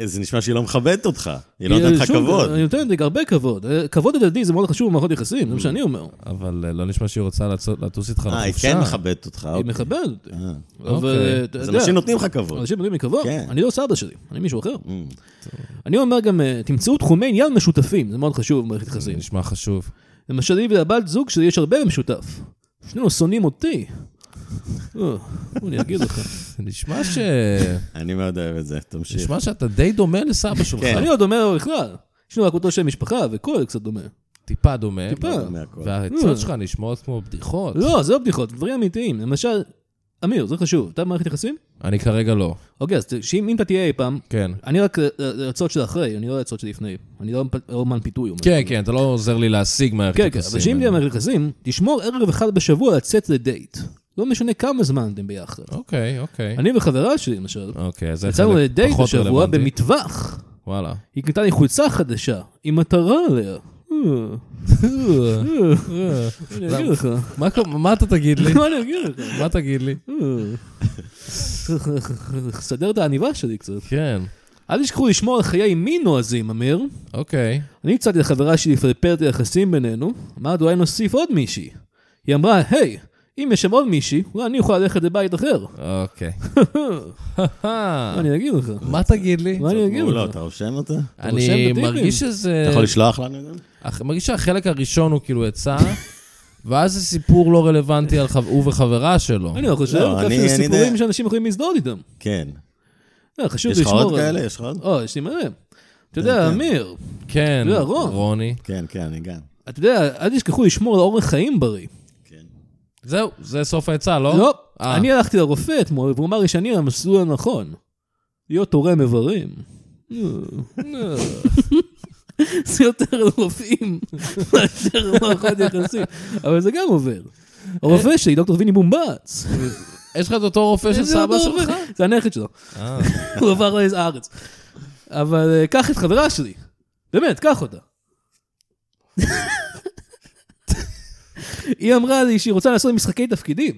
S4: אה, זה נשמע שהיא לא מכבדת אותך, היא לא נותנת לך
S3: אה, שוב,
S4: כבוד.
S3: אני נותנת לי הרבה כבוד. אה, כבוד הדדי זה מאוד חשוב במערכות יחסים, זה מה שאני אומר.
S2: אבל אה, לא נשמע שהיא רוצה לצאת- לטוס איתך לחופשה.
S4: אה, היא כן מכבדת אותך.
S3: היא
S4: אוקיי.
S3: מכבדת אותי.
S4: אה,
S3: אבל
S2: אוקיי.
S3: אה, אתה
S4: אז
S3: יודע,
S4: אנשים נותנים לך כבוד.
S3: אנשים נותנים לי כבוד.
S4: כן.
S3: אני לא סבא שלי, אני מישהו אחר.
S4: אמ,
S3: אני אומר גם, אה, תמצאו תחומי עניין משותפים, זה מאוד חשוב במערכת
S2: זה
S3: יחסים.
S4: אה.
S2: נשמע חשוב.
S3: למשל, לי ולבת זוג שלי יש הרבה במשותף. שנינו שונאים אותי. אה, אני אגיד לך.
S2: זה נשמע ש...
S3: [laughs]
S4: אני מאוד אוהב את זה, תמשיך.
S2: נשמע שאתה די דומה לסבא שלך.
S4: כן.
S3: אני עוד אומר בכלל, יש לנו רק אותו שם משפחה והכל קצת דומה.
S2: טיפה דומה.
S3: טיפה. Mm.
S4: מהכל.
S2: והעצות שלך נשמעות כמו בדיחות.
S3: לא, זה לא בדיחות, דברים אמיתיים. למשל, אמיר, זה חשוב, אתה במערכת יחסים?
S2: אני כרגע לא.
S3: אוקיי, אז ת- שאם אם אתה תהיה אי פעם,
S2: כן.
S3: אני רק הרצות של אחרי, אני לא הרצות שלפני. אני לא אומן- לא אומן פיתוי. אומן.
S2: כן, כן, אתה לא עוזר לי להשיג מערכת
S3: כן,
S2: יחסים.
S3: כן, אבל שאם תהיה
S2: אני-
S3: במערכת יחסים, תשמור ערב אחד בשבוע לצאת לדייט. לא משנה כמה זמן אתם ביחד.
S2: אוקיי, אוקיי.
S3: אני וחברה שלי, למשל,
S2: אוקיי, אז זה
S3: יצאנו
S2: חלק
S3: לדייט
S2: פחות
S3: השבוע
S2: רלוונטי.
S3: במטווח. [laughs]
S2: וואלה.
S3: היא קנתה לי חולצה חדשה, עם מטרה עליה. אה, אה, מה אני אגיד לך? [laughs]
S2: מה כל- מה אתה תגיד לי?
S3: מה אני אגיד לך?
S2: מה תגיד לי?
S3: אה. סדר את העניבה שלי קצת.
S2: כן,
S3: אל תשכחו לשמור על חיי מין נועזים, אמיר.
S2: אוקיי.
S3: אני הצעתי לחברה שלי לפרפר את היחסים בינינו, אמרת אולי נוסיף עוד מישהי. היא אמרה, היי, אם יש שם עוד מישהי, אולי אני אוכל ללכת לבית אחר. [laughs]
S2: אוקיי. [laughs]
S3: מה אני אגיד לך?
S2: מה תגיד לי?
S3: מה אני אגיד
S4: מעולה,
S3: לך?
S4: "לא,
S3: אה,
S4: אתה רושם אותה? אתה
S3: רושם
S2: אני
S3: בטיפים?
S2: מרגיש שזה...
S4: יכול לשלוח לנו את זה?
S2: הח- מרגיש שהחלק הראשון הוא כאילו עצה, ואז זה סיפור לא רלוונטי על חב- הוא וחברה שלו.
S3: אני לא חושב,
S4: לא,
S3: אני
S4: אני-
S3: חושב שזה
S4: אני
S3: סיפורים
S4: יודע.
S3: שאנשים יכולים להזדהות איתם.
S4: כן.
S3: אה, חשוב
S4: יש לך
S3: לשמור על...
S4: עוד כאלה? יש לך עוד?
S3: או, יש לי מלא. אתה יודע,
S4: כן.
S3: אמיר,
S2: כן,
S3: לא, רון.
S2: רוני.
S4: כן, כן, אני גם.
S3: אתה יודע, אל תשכחו לשמור על אורח חיים בריא.
S4: כן.
S2: זהו, זה סוף העצה, לא?
S3: לא,
S2: אה.
S3: אני הלכתי לרופא אתמול, והוא אמר לי שאני על המסלול הנכון. להיות תורם איברים. אה, אה. [laughs] זה יותר לרופאים [laughs] מאשר מערכות יחסים, אבל זה גם עובר. הרופא שלי, דוקטור ויני בומבץ.
S2: יש לך את אותו רופא של
S3: איזה
S2: סבא
S3: אותו
S2: שלך?
S3: רופא? זה הנכד שלו.
S2: אה,
S3: [laughs] הוא עבר לאיזה הארץ. אבל אה, קח את חברה שלי. באמת, קח אותה. [laughs] היא אמרה לי שהיא רוצה לעשות משחקי תפקידים.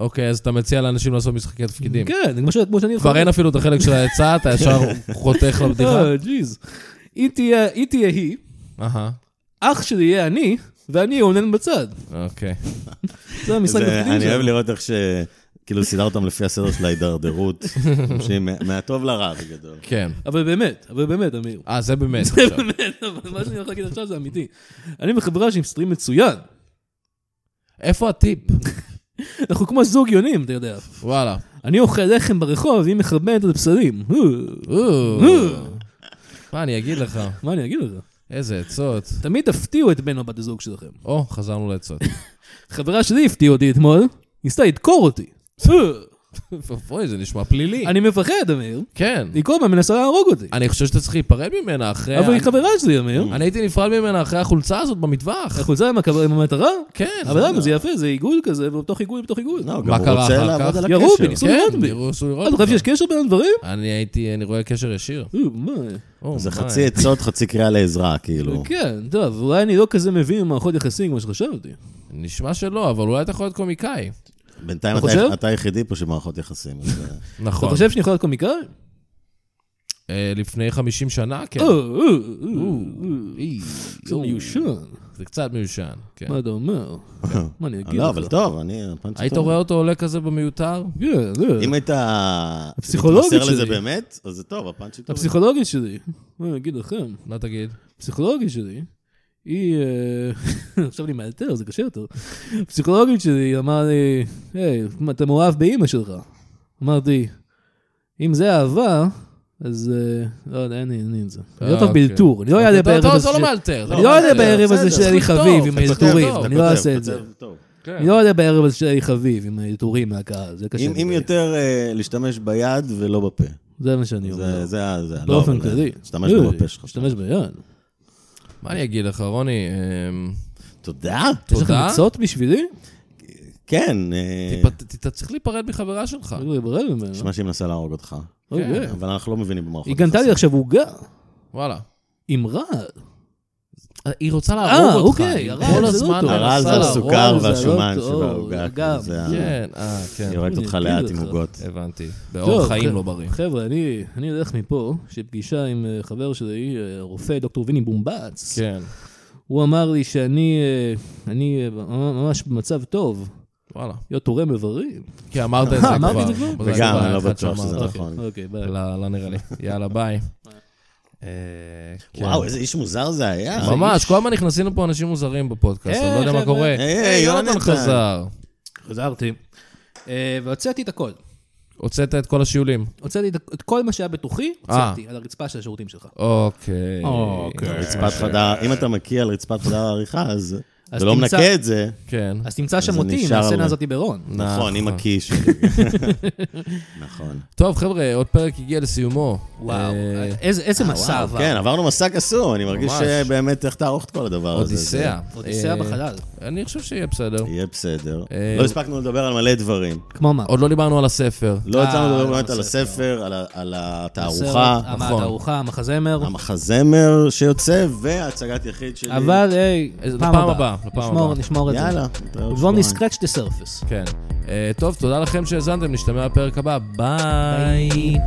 S2: אוקיי, אז אתה מציע לאנשים לעשות משחקי תפקידים.
S3: כן, כמו ש- כמו שאני...
S2: כבר אין אפילו את החלק של העצה, אתה ישר חותך לבדיחה.
S3: אה, ג'יז. היא תהיה היא, תהיה היא,
S2: אהה,
S3: אח שלי יהיה אני, ואני אונן בצד.
S2: אוקיי.
S3: זה המשחק
S4: זה-
S3: התפקידים
S4: אני
S3: שלנו.
S4: אוהב לראות איך ש... כאילו סידר אותם לפי הסדר
S3: [laughs]
S4: של ההידרדרות, שהיא מה- מהטוב לרע בגדול.
S2: כן.
S3: אבל באמת, אבל באמת, אמיר. [laughs]
S2: אה, זה באמת עכשיו.
S3: באמת, אבל מה שאני הולך להגיד עכשיו זה אמיתי. אני וחברה שהיא מסתדרים מצוין.
S2: איפה הטיפ?
S3: אנחנו כמו זוג יונים, אתה יודע.
S2: וואלה.
S3: אני אוכל לחם ברחוב, והיא מחרבנת על בשרים.
S2: או, מה אני אגיד לך?
S3: אה, מה אני אגיד לך?
S2: איזה עצות.
S3: תמיד תפתיעו את בן או בת הזוג שלכם.
S2: או, חזרנו לעצות.
S3: [laughs] חברה שלי הפתיעה אותי אתמול, ניסתה לדקור אותי. אה,
S2: אוי, זה נשמע פלילי.
S3: אני מפחד, אמיר.
S2: כן.
S3: היא כל הזמן מנסה להרוג אותי.
S2: אני חושב שאתה צריך להיפרד ממנה אחרי...
S3: אבל היא חברה שלי, אמיר.
S2: אני הייתי נפרד ממנה אחרי החולצה הזאת במטווח.
S3: החולצה עם הכב- עם המטרה?
S2: כן.
S3: אבל למה זה יפה, זה עיגול כזה, ובתוך עיגול בתוך עיגול.
S4: לא,
S2: מה
S4: גם הוא
S2: קרה
S4: רוצה
S2: אחר
S4: לעבוד
S2: כך?
S4: על
S3: יא
S4: הקשר.
S3: רובי, ניסו לראות
S2: כן,
S3: בי.
S2: יראו אסור לראות
S3: אה, אתה חושב
S2: אותך.
S4: לא.
S3: שיש קשר בין הדברים?
S2: אני הייתי, אני רואה קשר ישיר.
S3: אה, מה?
S2: או,
S4: זה
S2: מה?
S4: חצי עצות, חצי קריאה לעזרה, כאילו.
S3: כן, טוב, אולי אני לא כזה מבין במערכות יחסים כמו שחשבתי.
S2: נשמע שלא, אבל אולי אתה יכול להיות קומיקאי.
S4: בינתיים
S3: אתה
S4: אתה-
S3: חושב?
S4: אתה היחידי פה של מערכות יחסים. אז,
S3: [laughs]
S4: אה,
S3: אתה
S2: נכון.
S3: חושב שאני יכול להיות קומיקאי?
S2: אה, לפני 50 שנה, כן.
S3: אה, אה, אה, אה.
S2: אי,
S3: זה
S2: יואו.
S3: מיושן.
S2: זה קצת מיושן, כן.
S3: מה אתה
S4: [laughs]
S3: אומר? מה אני אגיד
S4: לא, אבל
S3: לך?
S4: טוב, אני... הפאנץ'
S2: היית
S4: טוב.
S2: רואה אותו עולה כזה במיותר?
S3: כן, זה.
S4: אם היית...
S3: הפסיכולוגית
S4: מתמסר לזה
S3: שלי.
S4: באמת, אז זה טוב, הפאנצ'י טוב.
S3: הפסיכולוגית שלי, מה אני אגיד לכם?
S2: מה תגיד?
S3: הפסיכולוגית שלי, היא... אה, [laughs] עכשיו אני מאלתר, זה קשה יותר. הפסיכולוגית שלי אמרה לי, היי, מה, אתה מאוהב באימא שלך. אמרתי, אם זה אהבה, אז אה, לא יודע, אין לי אין לי את זה. אני לא
S2: אה,
S3: טוב
S2: אוקיי.
S3: באלתור, אני לא
S2: אתה-
S3: אעלה
S2: אתה-
S3: בערב
S2: אתה-
S3: הזה
S2: אתה לא
S3: ש-
S2: מאלתר. אתה
S3: אני לא יודע
S2: מאלתר.
S3: בערב הזה
S2: בסדר,
S3: שלי
S2: צריך
S3: חביב
S2: לכתוב,
S3: עם
S2: צריך
S3: אלתורים,
S2: לכתוב.
S3: אני לא אעשה את זה.
S4: כותב טוב.
S2: כן.
S3: אני לא יודע בערב הזה שלי חביב עם אלתורים מהקהל, זה קשה.
S4: אם אם
S3: לי.
S4: יותר אה, להשתמש ביד ולא בפה.
S3: זה מה שאני אומר.
S4: זה- זה ה... זה ה- לא,
S3: באופן
S4: אבל, אה,
S3: כללי.
S4: להשתמש
S3: אה,
S4: גם בפה שלך.
S3: להשתמש ביד.
S2: מה אני אגיד לך, רוני? אמ,
S4: תודה.
S3: יש לכם
S2: תודה.
S3: עצות בשבילי?
S4: כן. אה,
S2: תיפ- אתה צריך להיפרד מחברה שלך.
S3: אני לא אברר ממנו.
S4: נשמע שהיא מנסה להרוג אותך. כן,
S3: אוי, אוי.
S4: אבל אנחנו לא מבינים במערכות
S3: היא גנתה לי עכשיו עוגה.
S2: וואלה.
S3: אמרה.
S2: היא רוצה להרוג
S3: אה,
S2: אותך.
S3: אוקיי,
S2: היא
S3: הרעל
S2: כל
S3: זה לא
S2: הזמן
S3: טוב.
S2: מנסה
S4: הרעל זה
S2: להרוג.
S4: הסוכר
S3: זה
S4: והשומן
S3: לא טוב,
S4: שבעוגה. כאילו,
S3: גם.
S4: זה ה-
S2: כן, אה, כן.
S4: היא הורגת אותך
S3: הנה,
S4: לאט
S3: כאילו
S4: עם
S3: זה.
S4: עוגות.
S2: הבנתי. באורח חיים לא בריא.
S3: חבר'ה, אני, אני הולך מפה, שפגישה עם אה, חבר שלי, אה, רופא, דוקטור ויני בומבץ.
S2: כן.
S3: הוא אמר לי שאני אה, אני, אה, ממש במצב טוב,
S2: וואלה.
S3: להיות תורם איברים.
S2: כי אמרת את זה כבר.
S3: אמרתי את זה כבר?
S2: אבל היה
S4: וגם,
S2: כבר
S4: אני לא
S2: אחד
S4: בטוח שזה
S2: שאמרת.
S4: נכון.
S3: אוקיי, ביי.
S2: לא לא נראה לי. יאללה, ביי. אה, כן.
S4: וואו, איזה איש מוזר זה היה.
S2: ממש, כל הזמן נכנסים לפה אנשים מוזרים בפודקאסט,
S3: אה,
S2: אני לא יודע מה
S3: חבר'ה.
S2: קורה.
S4: היי,
S2: אה,
S4: יונתן.
S2: חזר.
S3: חזרתי. אה, והוצאתי את הכל.
S2: הוצאת את כל השיעולים.
S3: הוצאתי את- את כל מה שהיה בתוכי,
S2: אה.
S3: הוצאתי על הרצפה של השירותים שלך.
S2: אוקיי.
S4: רצפת חדר, אם אתה מקיא על רצפת חדר העריכה, אז
S3: אז
S4: ולא
S3: תמצא-
S4: מנקה את זה.
S2: כן.
S3: אז תמצא שם
S4: זה
S3: אותי
S4: נשאר
S3: מהסצנה
S4: לו.
S3: הזאת ברון.
S4: נכון, עם הקיא שלי. [laughs] נכון.
S2: טוב, חבר'ה, עוד פרק הגיע לסיומו.
S3: וואו,
S2: אה,
S3: איזה איזה מסע
S4: וואו,
S3: עבר.
S4: כן, עברנו מסע קסום, אני מרגיש
S2: ממש.
S4: שבאמת איך תערוך את כל הדבר הזה.
S2: אודיסאה.
S3: אודיסאה
S2: אה,
S3: בחלל.
S2: אני חושב שיהיה בסדר.
S4: זה יהיה בסדר.
S2: אה,
S4: לא הספקנו לדבר על מלא דברים.
S3: כמו מה?
S2: עוד לא דיברנו על הספר.
S4: לא יצאנו
S3: אה,
S4: לדבר
S3: על
S4: באמת על
S3: הספר.
S4: הספר, על ה- על
S3: הסרט,
S4: התערוכה,
S3: המה-
S2: נכון.
S3: התערוכה, המחזמר.
S4: המחזמר שיוצא, והצגת יחיד שלי.
S3: אבל היי,
S2: אז
S3: פעם
S2: לפעם
S3: הבאה.
S2: הבאה, לפעם
S3: נשמור-
S2: הבאה.
S3: נשמור את זה.
S4: יאללה. נתראה עוד
S3: We've only
S4: שבועיים.
S3: scratched the surface.
S2: כן. אה, טוב, תודה לכם שהאזנתם, נשתמע בפרק הבא. ביי.